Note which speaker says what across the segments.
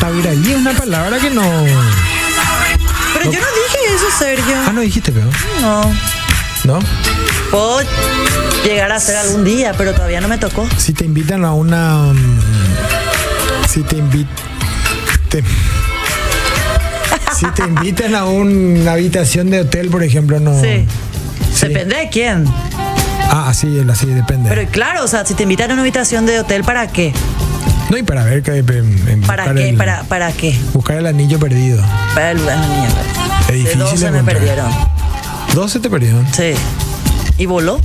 Speaker 1: Tabirayí es una palabra que no.
Speaker 2: Pero yo no dije eso, Sergio.
Speaker 1: Ah, no dijiste, pero.
Speaker 2: No.
Speaker 1: ¿No?
Speaker 2: Puedo llegar a hacer algún día, pero todavía no me tocó.
Speaker 1: Si te invitan a una. mm, Si te invitan. Si te invitan a una habitación de hotel, por ejemplo, no.
Speaker 2: Sí.
Speaker 1: Sí.
Speaker 2: Depende de quién.
Speaker 1: Ah, así, así, depende.
Speaker 2: Pero claro, o sea, si te invitan a una habitación de hotel, ¿para qué?
Speaker 1: no, y para ver que. em, em,
Speaker 2: ¿Para
Speaker 1: buscar
Speaker 2: qué?
Speaker 1: el-
Speaker 2: ¿Para, ¿Para qué?
Speaker 1: Buscar el anillo perdido.
Speaker 2: Para el lugar
Speaker 1: Es
Speaker 2: De
Speaker 1: difícil
Speaker 2: dos se me
Speaker 1: encontrar.
Speaker 2: perdieron.
Speaker 1: 12 te perdieron.
Speaker 2: Sí. Y voló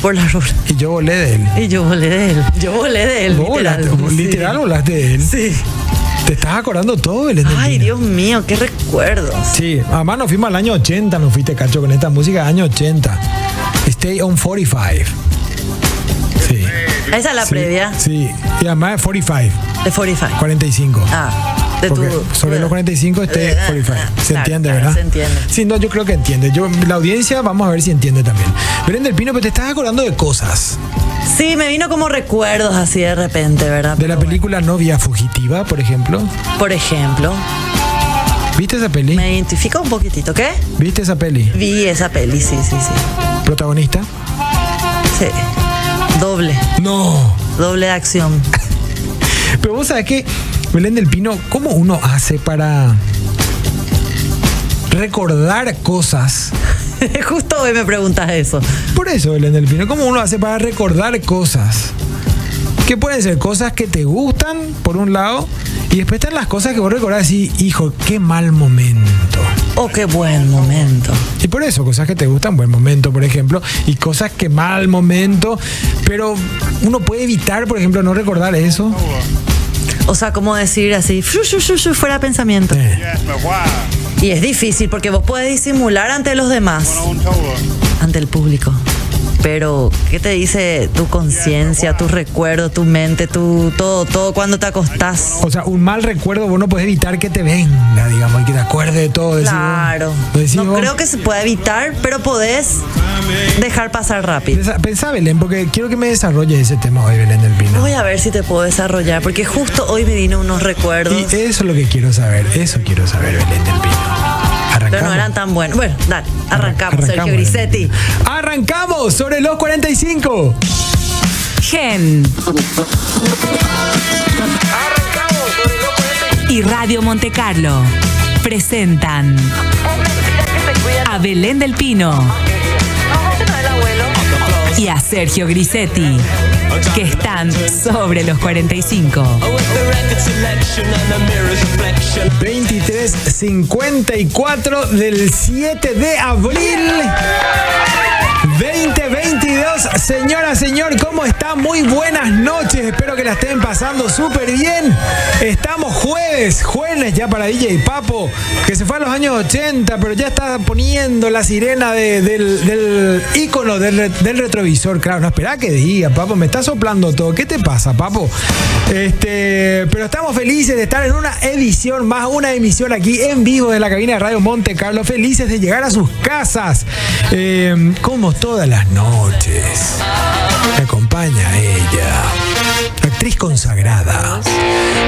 Speaker 2: por la ruta.
Speaker 1: Y yo volé de él.
Speaker 2: Y yo volé de él. Yo volé de él.
Speaker 1: Vos
Speaker 2: literal.
Speaker 1: volaste,
Speaker 2: Sí.
Speaker 1: literal volaste de él.
Speaker 2: Sí.
Speaker 1: Te estás acordando todo, Belén. del
Speaker 2: Ay,
Speaker 1: Pino.
Speaker 2: Dios mío, qué recuerdos.
Speaker 1: Sí, además nos fuimos al año 80, nos fuiste, Cacho, con esta música, año 80. Stay on 45. Sí.
Speaker 2: Esa es la
Speaker 1: sí,
Speaker 2: previa
Speaker 1: Sí, y además es 45,
Speaker 2: de 45.
Speaker 1: 45.
Speaker 2: Ah, de
Speaker 1: Porque
Speaker 2: tu.
Speaker 1: sobre los 45
Speaker 2: Eh,
Speaker 1: esté
Speaker 2: ah,
Speaker 1: 45.
Speaker 2: ah,
Speaker 1: Se
Speaker 2: claro,
Speaker 1: entiende,
Speaker 2: claro,
Speaker 1: ¿verdad?
Speaker 2: Se entiende.
Speaker 1: Sí, no, yo creo que entiende. Yo, la audiencia, vamos a ver si entiende también. Belén del Pino, pero te estás acordando de cosas.
Speaker 2: Sí, me vino como recuerdos así de repente, ¿verdad?
Speaker 1: De la película Novia Fugitiva, por ejemplo.
Speaker 2: Por ejemplo,
Speaker 1: ¿Viste esa peli?
Speaker 2: me identifico un poquitito, ¿qué?
Speaker 1: ¿Viste esa peli?
Speaker 2: Vi esa peli, sí, sí, sí.
Speaker 1: ¿Protagonista?
Speaker 2: Sí. Doble,
Speaker 1: No.
Speaker 2: doble de acción.
Speaker 1: Pero vos sabés que, Belén del Pino, ¿cómo uno hace para recordar cosas?
Speaker 2: Justo hoy me preguntas eso.
Speaker 1: Por eso, Belén del Pino, ¿cómo uno hace para recordar cosas? Que pueden ser cosas que te gustan, por un lado, y después están las cosas que vos recordás y, hijo, qué mal momento.
Speaker 2: Oh, qué buen momento.
Speaker 1: Y por eso, cosas que te gustan, buen momento, por ejemplo, y cosas que mal momento, pero uno puede evitar, por ejemplo, no recordar eso.
Speaker 2: O sea, como decir así, "Fru, fru, fru, fru", fuera pensamiento.
Speaker 1: Eh.
Speaker 3: You asked me why.
Speaker 2: Y es difícil porque vos podés disimular ante los demás,
Speaker 3: Went on tour.
Speaker 2: ante el público. Pero, ¿qué te dice tu conciencia, tu recuerdo, tu mente, tu todo, todo cuando te acostás?
Speaker 1: O sea, un mal recuerdo vos no puedes evitar que te venga, digamos, y que te acuerde de todo. decís vos.
Speaker 2: Claro.
Speaker 1: Decís
Speaker 2: No
Speaker 1: vos.
Speaker 2: creo que se pueda evitar, pero podés dejar pasar rápido.
Speaker 1: Pensa- Pensá, Belén, porque quiero que me desarrolles ese tema hoy, Belén del Pino.
Speaker 2: Voy a ver si te puedo desarrollar, porque justo hoy me vino unos
Speaker 1: Y
Speaker 2: recuerdos,
Speaker 1: eso es lo que quiero saber, eso quiero saber, Belén del Pino. Arrancamos.
Speaker 2: pero no eran tan buenos. Bueno, dale, arrancamos, Sergio
Speaker 1: Belén del
Speaker 2: Grisetti.
Speaker 1: Pino. Arrancamos sobre los 45.
Speaker 4: Gen. Y Radio Monte Carlo presentan a Belén del Pino y a Sergio Grisetti, que están sobre los 45.
Speaker 1: 2354 del 7 de abril 2022. Señora, señor, ¿cómo está? Muy buenas noches. Espero que la estén pasando súper bien. Estamos jueves, jueves ya para DJ Papo, que se fue a los años 80, pero ya está poniendo la sirena de- del, del ícono del, re- del retrovisor. Claro, no espera que diga, Papo, me está soplando todo. ¿Qué te pasa, Papo? Este, pero estamos felices de estar en una edición más, una emisión aquí en vivo de la cabina de Radio Monte Carlo. Felices de llegar a sus casas, eh, como todas las noches. Me acompaña ella, actriz consagrada.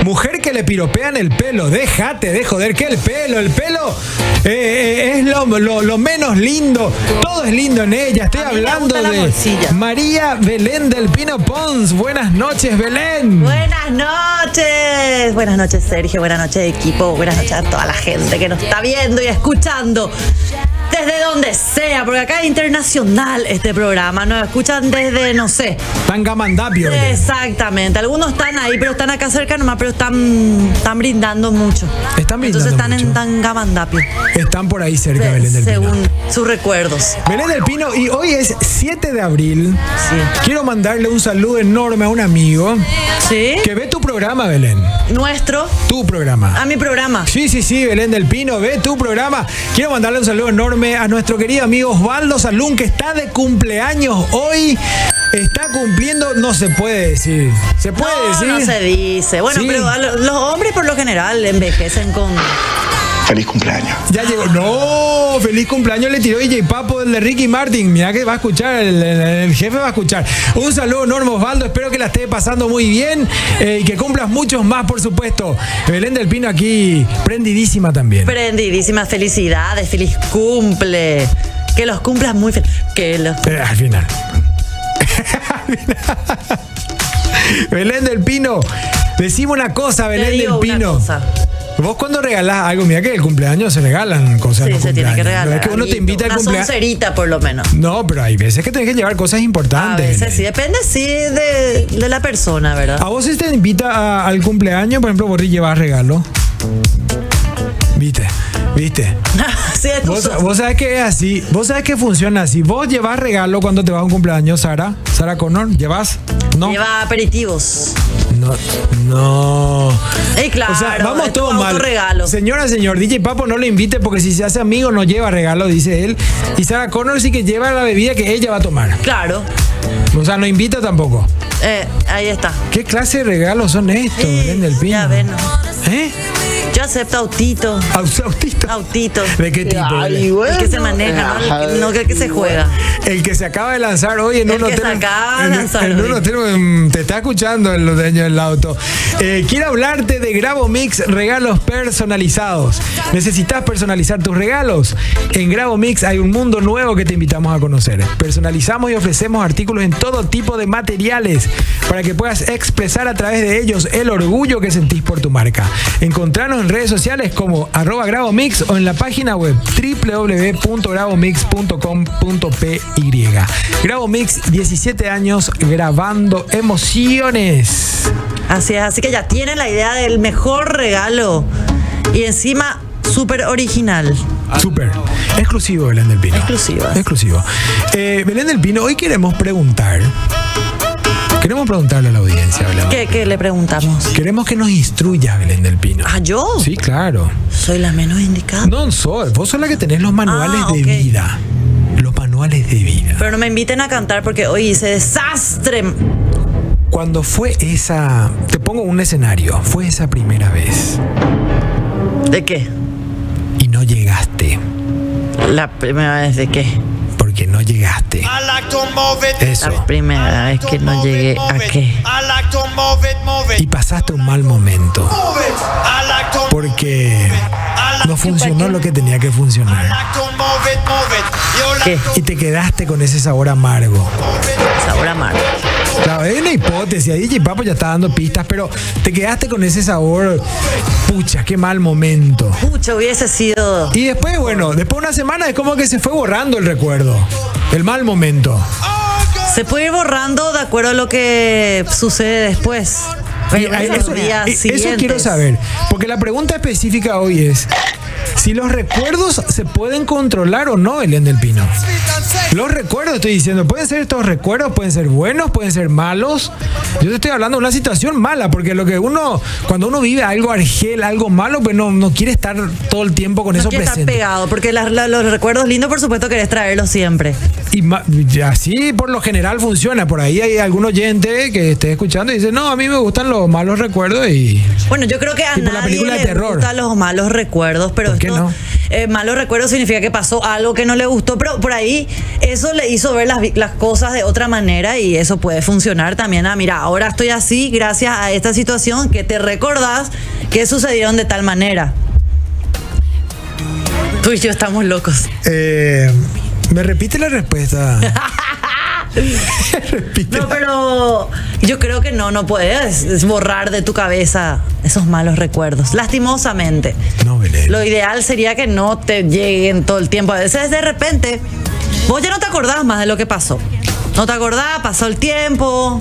Speaker 1: Mujer que le piropean el pelo, déjate de joder, que el pelo, el pelo eh, eh, es lo, lo- lo menos lindo, todo es lindo en ella. Estoy
Speaker 2: A mí me
Speaker 1: hablando
Speaker 2: gusta la
Speaker 1: de
Speaker 2: morcilla.
Speaker 1: María Belén del Pino Pons. Buenas noches, Belén.
Speaker 2: Buenas noches, buenas noches Sergio, buenas noches equipo, buenas noches a toda la gente que nos está viendo y escuchando desde donde sea, porque acá es internacional este programa, nos escuchan desde, no sé,
Speaker 1: Tangamandapio. Belén.
Speaker 2: Exactamente, algunos están ahí, pero están acá cerca nomás, pero están, están brindando mucho.
Speaker 1: Están brindando
Speaker 2: Entonces están
Speaker 1: mucho.
Speaker 2: en Tangamandapio,
Speaker 1: Están por ahí cerca, Belén del Pino.
Speaker 2: según sus recuerdos.
Speaker 1: Belén del Pino, y hoy es 7 de abril.
Speaker 2: Sí.
Speaker 1: Quiero mandarle un saludo enorme a un amigo
Speaker 2: ¿Sí?
Speaker 1: que ve tu programa, Belén.
Speaker 2: Nuestro,
Speaker 1: Tu programa.
Speaker 2: a mi programa.
Speaker 1: Sí, sí, sí, Belén del Pino, ve tu programa. Quiero mandarle un saludo enorme a nuestro querido amigo Osvaldo Salún, que está de cumpleaños hoy. Está cumpliendo, no se puede decir. ¿Se puede
Speaker 2: No,
Speaker 1: decir?
Speaker 2: no se dice. Bueno,
Speaker 1: Sí.
Speaker 2: pero a lo- los hombres por lo general envejecen con...
Speaker 5: Feliz cumpleaños.
Speaker 1: Ya llegó. No, feliz cumpleaños le tiró DJ Papo el de Ricky Martin. Mirá que va a escuchar, el, el- el jefe va a escuchar. Un saludo enorme, Osvaldo. Espero que la esté pasando muy bien eh, y que cumplas muchos más, por supuesto. Belén del Pino aquí, prendidísima también.
Speaker 2: Prendidísimas felicidades, feliz cumple. Que los cumplas muy feliz. Que los.
Speaker 1: Eh, al final. Belén del Pino, decime una cosa,
Speaker 2: Te
Speaker 1: Belén
Speaker 2: digo
Speaker 1: del
Speaker 2: una
Speaker 1: Pino.
Speaker 2: cosa.
Speaker 1: Vos cuando regalás algo, mira que el cumpleaños se regalan cosas.
Speaker 2: Sí,
Speaker 1: los
Speaker 2: se tiene que
Speaker 1: cumpleaños.
Speaker 2: regalar.
Speaker 1: No Es que uno te
Speaker 2: algo,
Speaker 1: invita al
Speaker 2: Una
Speaker 1: cumpleaños.
Speaker 2: soncerita, por lo menos.
Speaker 1: No, pero hay veces que tenés que llevar cosas
Speaker 2: A
Speaker 1: importantes.
Speaker 2: veces sí, depende sí de, de la persona, ¿verdad?
Speaker 1: ¿A vos si te invita a- al cumpleaños, por ejemplo, Borri llevas regalo? Viste, viste.
Speaker 2: sí, es
Speaker 1: Vos,
Speaker 2: cosa-
Speaker 1: vos sabés que es así, vos sabés que funciona así. Vos llevas regalo cuando te vas a un cumpleaños, Sara. Sara Connor, ¿llevas? No.
Speaker 2: Lleva aperitivos.
Speaker 1: No, no.
Speaker 2: Y claro,
Speaker 1: o sea,
Speaker 2: es
Speaker 1: vamos
Speaker 2: tu
Speaker 1: todo mal.
Speaker 2: autorregalo.
Speaker 1: Señora, señor, DJ Papo no le invite porque si se hace amigo no lleva regalo, dice él. Y Sara Connor sí que lleva la bebida que ella va a tomar.
Speaker 2: Claro.
Speaker 1: O sea, no invita tampoco.
Speaker 2: Eh, ahí está.
Speaker 1: ¿Qué clase de regalos son estos,
Speaker 2: Sí,
Speaker 1: Belén del Pino?
Speaker 2: ya ven.
Speaker 1: ¿Eh?
Speaker 2: Yo acepto autito.
Speaker 1: Aus- Autista.
Speaker 2: Autito.
Speaker 1: ¿De qué tipo? Belén?
Speaker 2: El que se maneja, no el que, no el que se juega.
Speaker 1: El que se acaba de lanzar hoy en
Speaker 2: El
Speaker 1: un
Speaker 2: que
Speaker 1: hotel.
Speaker 2: se acaba de
Speaker 1: en-
Speaker 2: lanzar
Speaker 1: en
Speaker 2: hoy.
Speaker 1: un hotel, mm, te está escuchando el dueño del auto. Eh, quiero hablarte de Grabo Mix regalos personalizados. ¿Necesitas personalizar tus regalos? En Grabo Mix hay un mundo nuevo que te invitamos a conocer. Personalizamos y ofrecemos artículos en todo tipo de materiales para que puedas expresar a través de ellos el orgullo que sentís por tu marca. Encontranos en redes sociales como arroba grabomix o en la página web www.grabomix.com.py. Grabomix, 17 años grabando emociones.
Speaker 2: Así es, así que ya tienen la idea del mejor regalo. Y encima, súper original.
Speaker 1: Súper. Exclusivo Belén del Pino.
Speaker 2: Exclusivo.
Speaker 1: Exclusivo. Eh, Belén del Pino, hoy queremos preguntar. Queremos preguntarle a la audiencia, Belén.
Speaker 2: ¿Qué, qué le preguntamos?
Speaker 1: Queremos que nos instruya Belén del Pino.
Speaker 2: ¿Ah, yo?
Speaker 1: Sí, claro.
Speaker 2: Soy la menos indicada.
Speaker 1: No, Sol, vos sos la que tenés los manuales
Speaker 2: Ah,
Speaker 1: de
Speaker 2: ok.
Speaker 1: vida. Los manuales de vida.
Speaker 2: Pero no me inviten a cantar porque hoy hice desastre.
Speaker 1: Cuando fue esa. Te pongo un escenario. Fue esa primera vez
Speaker 2: ¿De qué?
Speaker 1: y no llegaste.
Speaker 2: La primera vez de qué.
Speaker 1: Porque no llegaste.
Speaker 3: I like to move it.
Speaker 1: Eso.
Speaker 2: La primera vez que no llegué a qué.
Speaker 3: I like to move it, move it.
Speaker 1: Y pasaste un mal momento.
Speaker 3: Move it. I like to move
Speaker 1: Porque
Speaker 3: it. I like
Speaker 1: no funcionó lo que tenía que funcionar.
Speaker 3: like to move it, move it. You like
Speaker 2: ¿Qué?
Speaker 3: to
Speaker 1: Y te quedaste con ese sabor amargo.
Speaker 3: move it.
Speaker 2: Sabor amargo.
Speaker 1: Claro, es una hipótesis. Ahí DJ Papo ya está dando pistas, pero te quedaste con ese sabor. Pucha, qué mal momento.
Speaker 2: Pucha, hubiese sido.
Speaker 1: Y después, bueno, después de una semana es como que se fue borrando el recuerdo. El mal momento.
Speaker 3: Oh, God.
Speaker 2: Se puede ir borrando de acuerdo a lo que sucede después.
Speaker 1: Y
Speaker 2: Pero
Speaker 1: a-
Speaker 2: esos
Speaker 1: eso,
Speaker 2: días
Speaker 1: y- eso
Speaker 2: siguientes.
Speaker 1: quiero saber. Porque la pregunta específica hoy es si los recuerdos se pueden controlar o no, Belén del Pino.
Speaker 3: Sweet and sexy.
Speaker 1: Los recuerdos, estoy diciendo, pueden ser estos recuerdos, pueden ser buenos, pueden ser malos. Yo te estoy hablando de una situación mala, porque lo que uno, cuando uno vive algo argel, algo malo, pues no, no quiere estar todo el tiempo con
Speaker 2: No
Speaker 1: eso
Speaker 2: quiere estar
Speaker 1: presente.
Speaker 2: pegado, porque las- la- los recuerdos lindos, por supuesto, querés traerlos siempre.
Speaker 1: Y ma- y así por lo general funciona. Por ahí hay algún oyente que esté escuchando y dice, no, a mí me gustan los malos recuerdos y...
Speaker 2: Bueno, yo creo que a
Speaker 1: Tipo la
Speaker 2: nadie
Speaker 1: película de
Speaker 2: le
Speaker 1: terror.
Speaker 2: gustan los malos recuerdos, pero
Speaker 1: ¿Por qué
Speaker 2: esto,
Speaker 1: no?
Speaker 2: eh, malos recuerdos significa que pasó algo que no le gustó, pero por ahí eso le hizo ver las, vi- las cosas de otra manera y eso puede funcionar también. Ah, mira, ahora estoy así gracias a esta situación que te recordás que sucedieron de tal manera. Tú y yo estamos locos.
Speaker 1: Eh, ¿Me repite la respuesta? repite.
Speaker 2: No, pero yo creo que no, no puedes es borrar de tu cabeza esos malos recuerdos, lastimosamente.
Speaker 1: No, Belén.
Speaker 2: Lo ideal sería que no te lleguen todo el tiempo. A veces de repente, vos ya no te acordás más de lo que pasó. No te acordás, pasó el tiempo,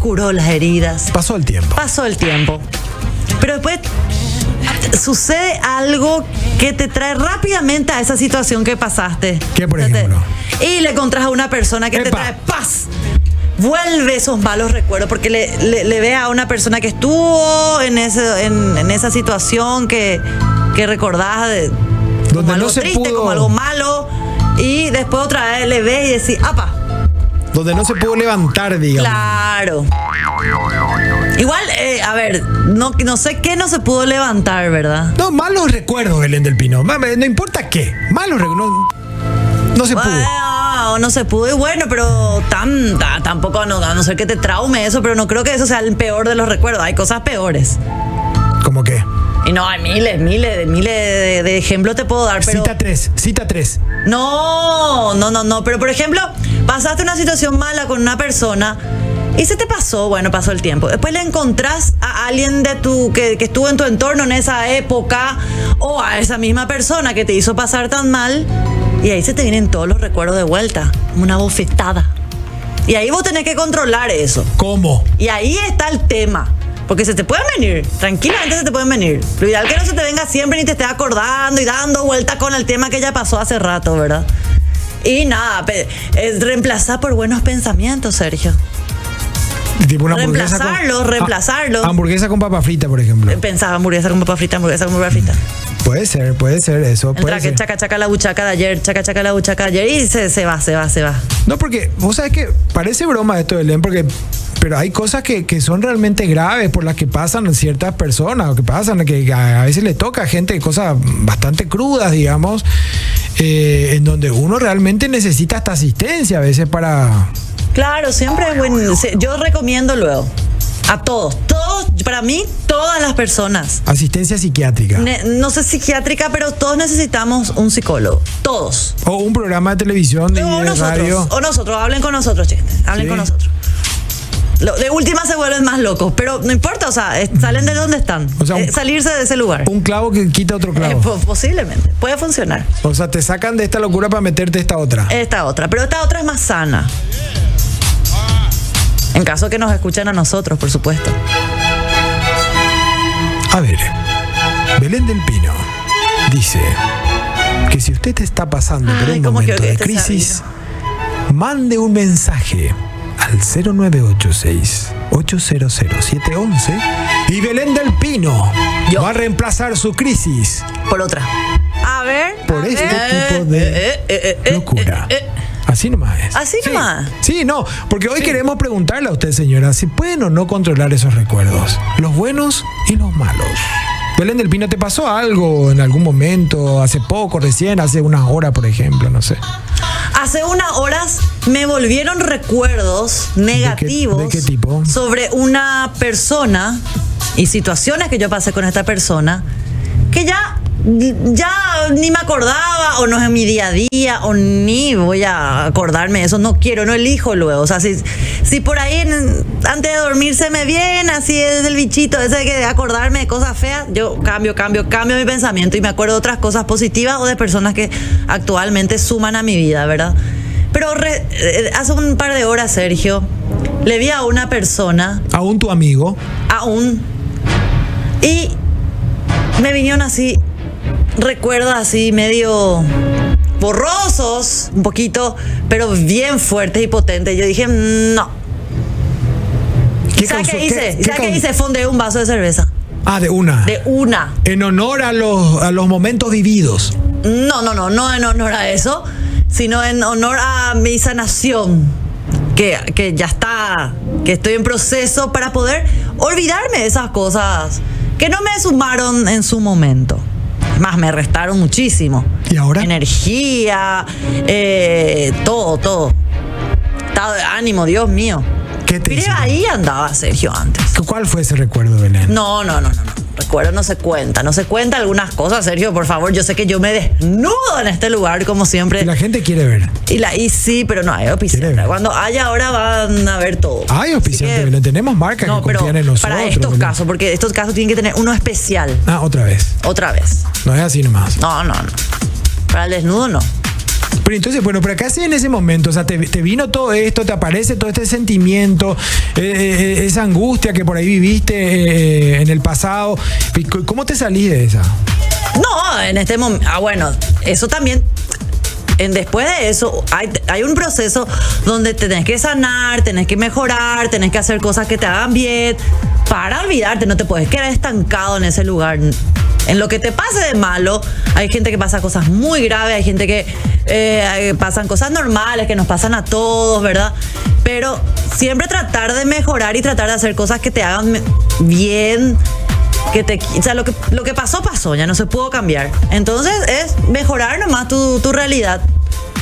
Speaker 2: curó las heridas,
Speaker 1: Pasó el tiempo.
Speaker 2: pasó el tiempo. Pero después sucede algo que te trae rápidamente a esa situación que pasaste.
Speaker 1: ¿Qué, por
Speaker 2: O sea, te-
Speaker 1: ejemplo?
Speaker 2: Y le encontrás a una persona que te
Speaker 1: Epa.
Speaker 2: trae paz. Vuelve esos malos recuerdos porque le, le- le ve a una persona que estuvo en, ese, en, en esa situación que, que recordás de, como
Speaker 1: Donde
Speaker 2: algo
Speaker 1: no se
Speaker 2: triste,
Speaker 1: pudo.
Speaker 2: como algo malo. Y después otra vez le ves y decís, ¡apa!
Speaker 1: Donde no se pudo levantar, digamos.
Speaker 2: Claro. Igual, eh, a ver, no, no sé qué no se pudo levantar, ¿verdad?
Speaker 1: No, malos recuerdos, Belén del Pino. Ma- No importa qué. Malos recuerdos. No se pudo.
Speaker 2: Bueno, Ah, no se pudo y bueno, pero tan, ta- tampoco, no, a no ser que te traume eso, pero no creo que eso sea el peor de los recuerdos. Hay cosas peores.
Speaker 1: ¿Cómo qué?
Speaker 2: Y no, hay miles, miles, de- miles de, de ejemplos te puedo dar, pero.
Speaker 1: Cita 3, cita 3.
Speaker 2: No, no, no, no. Pero por ejemplo, pasaste una situación mala con una persona y se te pasó, bueno, pasó el tiempo. Después le encontrás a alguien de tu que, que estuvo en tu entorno en esa época o a esa misma persona que te hizo pasar tan mal y ahí se te vienen todos los recuerdos de vuelta, como una bofetada. Y ahí vos tenés que controlar eso.
Speaker 1: ¿Cómo?
Speaker 2: Y ahí está el tema. Porque se te pueden venir, tranquilamente se te pueden venir. Lo ideal que no se te venga siempre ni te esté acordando y dando vuelta con el tema que ya pasó hace rato, ¿verdad? Y nada, pe- es reemplazar por buenos pensamientos, Sergio.
Speaker 1: Tipo una hamburguesa con-
Speaker 2: Reemplazarlo, reemplazarlo.
Speaker 1: Ah, hamburguesa con papa frita, por ejemplo.
Speaker 2: Pensaba hamburguesa con papa frita, hamburguesa con papa frita.
Speaker 1: Puede ser, puede ser eso.
Speaker 2: Entra
Speaker 1: Mm, Puede
Speaker 2: que
Speaker 1: ser.
Speaker 2: chaca chaca la buchaca de ayer, chaca chaca la buchaca de ayer y se, se va, se va, se va.
Speaker 1: No, porque vos sabés que parece broma esto del LEM, porque pero hay cosas que, que son realmente graves por las que pasan ciertas personas, o que pasan, que a, a veces le toca a gente cosas bastante crudas, digamos, eh, en donde uno realmente necesita hasta asistencia a veces para...
Speaker 2: Claro, siempre es buen. se- Yo recomiendo luego a todos, todos, para mí, todas las personas.
Speaker 1: Asistencia psiquiátrica.
Speaker 2: Ne- no sé psiquiátrica, pero todos necesitamos un psicólogo. Todos.
Speaker 1: o un programa de televisión y
Speaker 2: o
Speaker 1: de
Speaker 2: nosotros.
Speaker 1: radio.
Speaker 2: O nosotros. Hablen con nosotros, chiste. Hablen
Speaker 1: Sí.
Speaker 2: con nosotros. Lo- de última se vuelven más locos, pero no importa, o sea, es- salen de donde están.
Speaker 1: Mm. O sea, un-
Speaker 2: Eh, salirse de ese lugar.
Speaker 1: Un clavo que quita otro
Speaker 2: Eh,
Speaker 1: clavo.
Speaker 2: po- posiblemente. Puede funcionar.
Speaker 1: O sea, te sacan de esta locura para meterte esta otra.
Speaker 2: Esta otra. Pero esta otra es más sana. En caso que nos escuchen a nosotros, por supuesto.
Speaker 1: A ver, Belén del Pino dice que si usted está pasando por
Speaker 2: Ay,
Speaker 1: un
Speaker 2: cómo
Speaker 1: momento
Speaker 2: quiero que este
Speaker 1: de
Speaker 2: esté
Speaker 1: crisis, mande un mensaje al 0986 800 711 y Belén del Pino
Speaker 2: Yo.
Speaker 1: va a reemplazar su crisis
Speaker 2: Por otra. A ver.
Speaker 1: por
Speaker 2: a
Speaker 1: este
Speaker 2: ver.
Speaker 1: tipo de
Speaker 2: Eh, eh, eh, eh,
Speaker 1: locura.
Speaker 2: eh, eh, eh.
Speaker 1: Así nomás es.
Speaker 2: Así
Speaker 1: Sí.
Speaker 2: nomás.
Speaker 1: Sí, no, porque hoy queremos preguntarle a usted, señora, si pueden o no controlar esos recuerdos, los buenos y los malos. Belén del Pino, ¿te pasó algo en algún momento, hace poco, recién, hace unas horas, por ejemplo? No sé.
Speaker 2: Hace unas horas me volvieron recuerdos negativos
Speaker 1: de qué tipo?
Speaker 2: sobre una persona y situaciones que yo pasé con esta persona que ya, ya ni me acordaba o no es en mi día a día o ni voy a acordarme de eso, no quiero, no elijo luego. O sea, si, si por ahí en- antes de dormir se me viene, así es el bichito ese que de acordarme de cosas feas, yo cambio, cambio, cambio mi pensamiento y me acuerdo de otras cosas positivas o de personas que actualmente suman a mi vida, ¿verdad? Pero re- eh, hace un par de horas, Sergio, le vi a una persona
Speaker 1: Aún tu amigo.
Speaker 2: aún. Y me vinieron así, recuerdos así medio borrosos, un poquito, pero bien fuertes y potentes. Yo dije, "Mm, no.
Speaker 1: ¿Qué
Speaker 2: ¿Sabes
Speaker 1: causó-
Speaker 2: qué hice?
Speaker 1: qué-
Speaker 2: ¿Sabes qué
Speaker 1: causó?
Speaker 2: hice? Fondeé un vaso de cerveza.
Speaker 1: Ah, de una.
Speaker 2: De una.
Speaker 1: En honor a los, a los momentos vividos.
Speaker 2: No, no, no, no en honor a eso, sino en honor a mi sanación, que, que ya está, que estoy en proceso para poder olvidarme de esas cosas que no me sumaron en su momento. Es Más me restaron muchísimo.
Speaker 1: ¿Y ahora?
Speaker 2: Energía, eh, todo, todo. Estado de ánimo, Dios mío.
Speaker 1: ¿Qué te
Speaker 2: Mire,
Speaker 1: hicieron?
Speaker 2: ahí andaba Sergio antes.
Speaker 1: ¿Cuál fue ese recuerdo, Belén?
Speaker 2: No, no, no, no, no. Recuerdo, no se cuenta. No se cuenta algunas cosas, Sergio, por favor. Yo sé que yo me desnudo en este lugar, como siempre.
Speaker 1: Que La gente quiere ver.
Speaker 2: Y la y sí, pero no hay
Speaker 1: Quiere
Speaker 2: auspiciante.
Speaker 1: ver.
Speaker 2: Cuando haya ahora van a ver todo.
Speaker 1: Ay, auspiciante,
Speaker 2: Así que-
Speaker 1: Belén. Tenemos marcas
Speaker 2: eh. No,
Speaker 1: que
Speaker 2: pero
Speaker 1: confían en nosotros.
Speaker 2: para estos
Speaker 1: Belén.
Speaker 2: casos, porque estos casos tienen que tener uno especial.
Speaker 1: Ah, otra vez.
Speaker 2: Otra vez.
Speaker 1: No es así nomás.
Speaker 2: No, no, no. Para el desnudo, no.
Speaker 1: Pero entonces, bueno, pero acá sí en ese momento, o sea, te, te vino todo esto, te aparece todo este sentimiento, eh, eh, esa angustia que por ahí viviste eh, eh, en el pasado. ¿Y c- ¿Cómo te salís de esa?
Speaker 2: No, en este momento. Ah, bueno, eso también. En, después de eso, hay, hay un proceso donde tenés que sanar, tenés que mejorar, tenés que hacer cosas que te hagan bien para olvidarte. No te puedes quedar estancado en ese lugar. En lo que te pase de malo, hay gente que pasa cosas muy graves, hay gente que eh, pasan cosas normales, que nos pasan a todos, ¿verdad? Pero siempre tratar de mejorar y tratar de hacer cosas que te hagan me- bien, que te, o sea, lo que, lo que pasó, pasó, ya no se pudo cambiar. Entonces es mejorar nomás tu, tu realidad.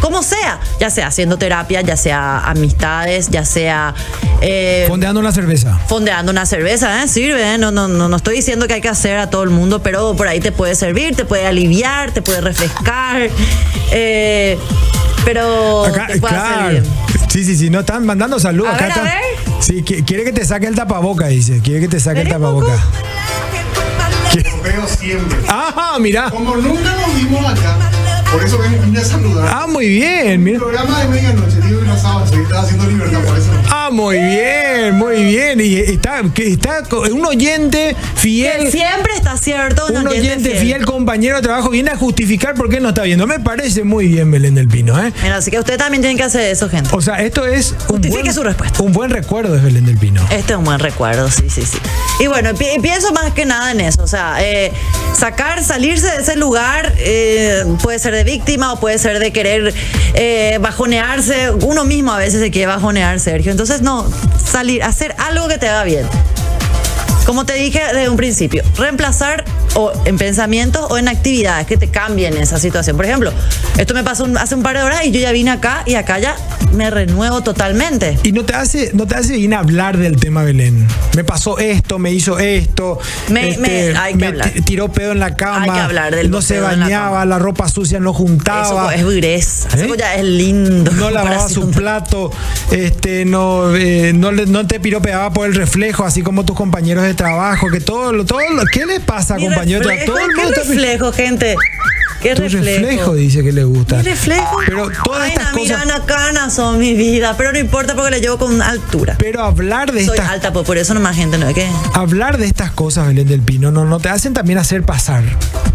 Speaker 2: como sea, ya sea haciendo terapia, ya sea amistades, ya sea eh,
Speaker 1: Fondeando una cerveza.
Speaker 2: fondeando una cerveza, ¿eh? sirve, ¿eh? No, no, no, no estoy diciendo que hay que hacer a todo el mundo, pero por ahí te puede servir, te puede aliviar, te puede refrescar, eh, pero
Speaker 1: Acá,
Speaker 2: Oh, te puede hacer
Speaker 1: claro.
Speaker 2: bien.
Speaker 1: Sí, sí, sí, no están mandando saludos.
Speaker 2: A
Speaker 1: Acá
Speaker 2: ver, a
Speaker 1: están-
Speaker 2: ver.
Speaker 1: Sí, qui- quiere que te saque el tapaboca, dice. Quiere que te saque el
Speaker 2: Ven un
Speaker 1: tapaboca.
Speaker 2: poco.
Speaker 5: Los veo siempre.
Speaker 1: Ajá, mira.
Speaker 5: Como nunca nos vimos acá, por eso ven- vine a saludar.
Speaker 1: Ah, muy bien,
Speaker 5: El
Speaker 1: mira.
Speaker 5: programa de medianoche, digo que no sábado, soy- estaba haciendo libertad por eso.
Speaker 1: Ah, muy bien, muy bien. Y está, que está co- un oyente
Speaker 2: Que
Speaker 1: fiel.
Speaker 2: siempre está cierto,
Speaker 1: Un oyente fiel. compañero de trabajo viene a justificar por qué no está viendo. Me parece muy bien Belén del Pino, ¿eh?
Speaker 2: Mira, así que usted también tiene que hacer eso, gente.
Speaker 1: O sea, esto es un
Speaker 2: Justifique
Speaker 1: buen,
Speaker 2: su respuesta.
Speaker 1: un buen recuerdo de Belén del Pino.
Speaker 2: Este es un buen recuerdo, sí, sí, sí. Y bueno, pi- pienso más que nada en eso, o sea, eh, sacar, salirse de ese lugar eh, puede ser de víctima o puede ser de querer eh, bajonearse, uno mismo a veces se quiere bajonear, Sergio, entonces no, salir, hacer algo que te haga bien. Como te dije desde un principio, reemplazar o en pensamientos o en actividades que te cambien esa situación. Por ejemplo, esto me pasó un- hace un par de horas y yo ya vine acá y acá ya me renuevo totalmente.
Speaker 1: Y no te hace, no te hace bien hablar del tema Belén. Me pasó esto, me hizo esto. este,
Speaker 2: Me- me- hay que hablar.
Speaker 1: ti- tiró pedo en la cama.
Speaker 2: Hay que hablar del
Speaker 1: No se
Speaker 2: pedo en la
Speaker 1: bañaba,
Speaker 2: cama.
Speaker 1: la, ropa sucia no
Speaker 2: Eso
Speaker 1: juntaba.
Speaker 2: es dureza.
Speaker 1: ¿Eh?
Speaker 2: Eso ya es lindo.
Speaker 1: no lavaba
Speaker 2: Para
Speaker 1: su
Speaker 2: así-
Speaker 1: plato, este, no, eh, no, le- no te piropeaba por el reflejo, así como tus compañeros de trabajo, que todo, lo- todo lo- ¿qué le pasa,
Speaker 2: Mi
Speaker 1: compañero de trabajo?
Speaker 2: reflejo,
Speaker 1: Todo el mundo
Speaker 2: ¿Qué
Speaker 1: está pi-
Speaker 2: reflejo, gente? ¿Qué
Speaker 1: tu
Speaker 2: reflejo?
Speaker 1: reflejo dice que le gusta.
Speaker 2: Mi reflejo.
Speaker 1: Pero todas
Speaker 2: Ay,
Speaker 1: estas
Speaker 2: na, mira,
Speaker 1: cosas-
Speaker 2: na, canas son mi vida. Pero no importa porque le llevo con altura.
Speaker 1: Pero hablar de
Speaker 2: Soy
Speaker 1: estas
Speaker 2: alta, pues por eso nomás gente no es que.
Speaker 1: hablar de estas cosas, Belén del Pino, no, no te hacen también hacer pasar.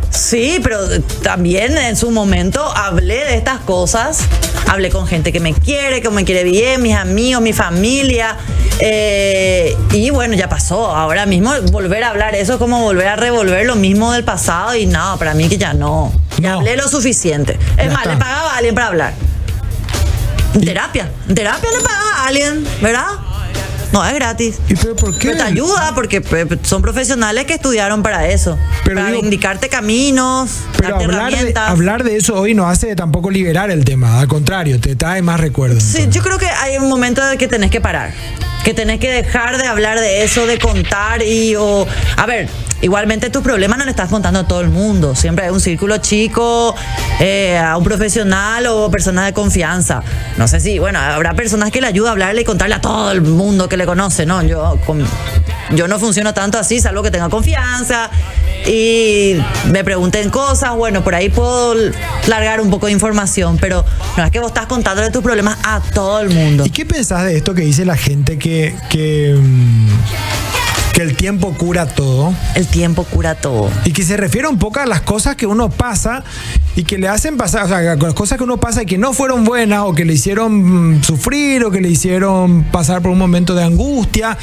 Speaker 2: Sí, pero eh, también en su momento hablé de estas cosas. Hablé con gente que me quiere, que me quiere bien, mis amigos, mi familia. eh, y bueno, ya pasó. Ahora mismo volver a hablar eso es como volver a revolver lo mismo del pasado y no, para mí que ya no. Ya
Speaker 1: No.
Speaker 2: hablé lo suficiente.
Speaker 1: Ya
Speaker 2: Es más,
Speaker 1: está.
Speaker 2: le pagaba a alguien para hablar. En terapia. En terapia le pagaba a alguien, ¿verdad? No, es gratis.
Speaker 1: ¿Y pero por qué?
Speaker 2: Pero te ayuda porque pe- pe- son profesionales que estudiaron para eso.
Speaker 1: Pero
Speaker 2: para
Speaker 1: digo-
Speaker 2: indicarte caminos,
Speaker 1: Pero
Speaker 2: darte
Speaker 1: hablar de,
Speaker 2: herramientas.
Speaker 1: hablar de eso hoy no hace tampoco liberar el tema, al contrario, te trae más recuerdos.
Speaker 2: Sí, yo creo que hay un momento en el que tenés que parar. Que tenés que dejar de hablar de eso, de contar y o. A ver, igualmente tus problemas no le estás contando a todo el mundo. Siempre hay un círculo chico, eh, a un profesional o personas de confianza. No sé si, bueno, habrá personas que le ayuda a hablarle y contarle a todo el mundo que le conoce, ¿no? Yo, con- yo no funciono tanto así, salvo que tenga confianza y me pregunten cosas, bueno, por ahí puedo largar un poco de información, pero no es que vos estás contándole tus problemas a todo el mundo.
Speaker 1: ¿Y qué pensás de esto que dice la gente que, que, mm, que el tiempo cura todo?
Speaker 2: El tiempo cura todo.
Speaker 1: Y que se refiere un poco a las cosas que uno pasa y que le hacen pasar, o sea, con las cosas que uno pasa y que no fueron buenas o que le hicieron mm, sufrir o que le hicieron pasar por un momento de angustia.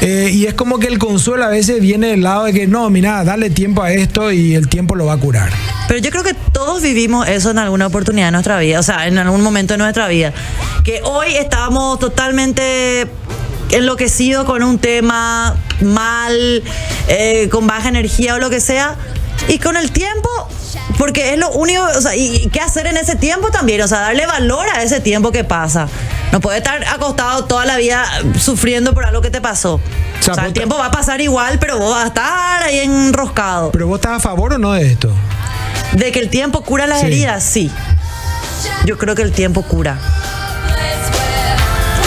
Speaker 1: Eh, y es como que el consuelo a veces viene del lado de que no, mira, dale tiempo a esto y el tiempo lo va a curar.
Speaker 2: Pero yo creo que todos vivimos eso en alguna oportunidad de nuestra vida, o sea, en algún momento de nuestra vida. Que hoy estábamos totalmente enloquecidos con un tema mal, eh, con baja energía o lo que sea. Y con el tiempo, porque es lo único, o sea, y, y qué hacer en ese tiempo también, o sea, darle valor a ese tiempo que pasa. No puede estar acostado toda la vida eh, sufriendo por algo que te pasó.
Speaker 1: O sea,
Speaker 2: O sea, el
Speaker 1: vos te-
Speaker 2: tiempo va a pasar igual, pero vos vas a estar ahí enroscado.
Speaker 1: Pero vos estás a favor o no de esto?
Speaker 2: De que el tiempo cura las
Speaker 1: Sí.
Speaker 2: heridas, sí. Yo creo que el tiempo cura.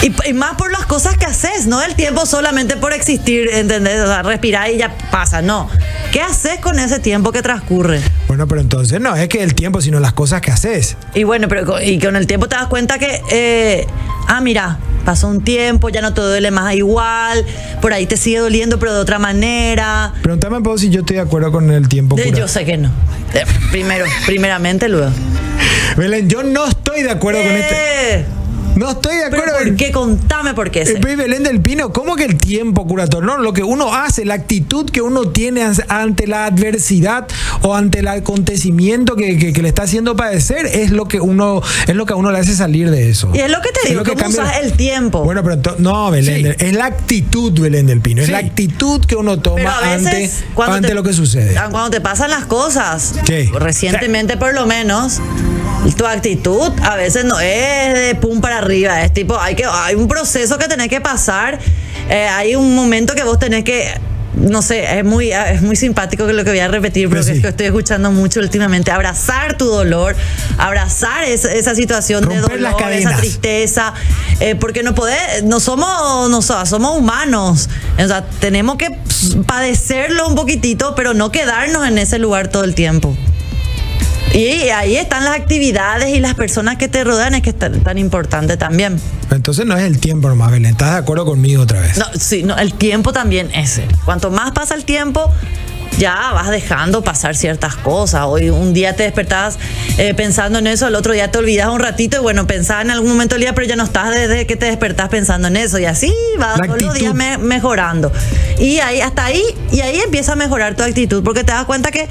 Speaker 2: Y, y más por las cosas que haces, no el tiempo solamente por existir, ¿entendés? O sea, respirar y ya pasa, no. ¿Qué haces con ese tiempo que transcurre?
Speaker 1: Bueno, pero entonces no es que el tiempo, sino las cosas que haces.
Speaker 2: Y bueno, pero con, y con el tiempo te das cuenta que, eh, ah, mira, pasó un tiempo, ya no te duele más igual, por ahí te sigue doliendo, pero de otra manera.
Speaker 1: Pregúntame vos si yo estoy de acuerdo con el tiempo.
Speaker 2: Eh,
Speaker 1: cura.
Speaker 2: yo sé que no. Eh, primero, primeramente, luego.
Speaker 1: Belén, yo no estoy de acuerdo con este.
Speaker 2: Eh,
Speaker 1: No estoy de
Speaker 2: Pero
Speaker 1: acuerdo.
Speaker 2: ¿por qué? Contame por qué.
Speaker 1: Eh,
Speaker 2: sé.
Speaker 1: Pe- Belén del Pino, ¿cómo que el tiempo curatorio? No, lo que uno hace, la actitud que uno tiene an- ante la adversidad o ante el acontecimiento que, que- que le está haciendo padecer es lo que uno es lo que a uno le hace salir de eso.
Speaker 2: Y es lo que te digo, ¿cómo usas el tiempo?
Speaker 1: Bueno, pero ento- no, Belén,
Speaker 6: Sí.
Speaker 1: del- es la actitud, Belén del Pino, es
Speaker 6: Sí.
Speaker 1: la actitud que uno
Speaker 2: Pero
Speaker 1: toma
Speaker 2: a veces,
Speaker 1: ante,
Speaker 2: cuando
Speaker 1: ante
Speaker 2: te-
Speaker 1: lo que sucede.
Speaker 2: ah, Cuando te pasan las cosas,
Speaker 1: Sí.
Speaker 2: recientemente por lo menos, tu actitud a veces no es de pum para arriba, es tipo, hay, que, hay un proceso que tenés que pasar, eh, hay un momento que vos tenés que... No sé, es muy, es muy simpático que lo que voy a repetir, pero
Speaker 1: Pues
Speaker 2: que
Speaker 1: sí.
Speaker 2: es que estoy escuchando mucho últimamente. Abrazar tu dolor, abrazar es- esa situación de dolor,
Speaker 1: Romper las
Speaker 2: esa
Speaker 1: cadenas.
Speaker 2: tristeza tristeza, eh, porque no podés, no somos, no so- somos humanos. O sea, tenemos que ps, padecerlo un poquitito, pero no quedarnos en ese lugar todo el tiempo. Y ahí están las actividades y las personas que te rodean, es que es tan, tan importante también.
Speaker 1: Entonces no es el tiempo nomás, Belén, ¿estás de acuerdo conmigo otra vez?
Speaker 2: No, sí, no, el tiempo también ese. Cuanto más pasa el tiempo, ya vas dejando pasar ciertas cosas. Hoy un día te despertabas eh, pensando en eso, el otro día te olvidas un ratito y bueno, pensabas en algún momento del día, pero ya no estás desde que te despertás pensando en eso. Y así va
Speaker 1: La
Speaker 2: todos los días
Speaker 1: actitud.
Speaker 2: me- mejorando. Y ahí, hasta ahí, y ahí empieza a mejorar tu actitud, porque te das cuenta que,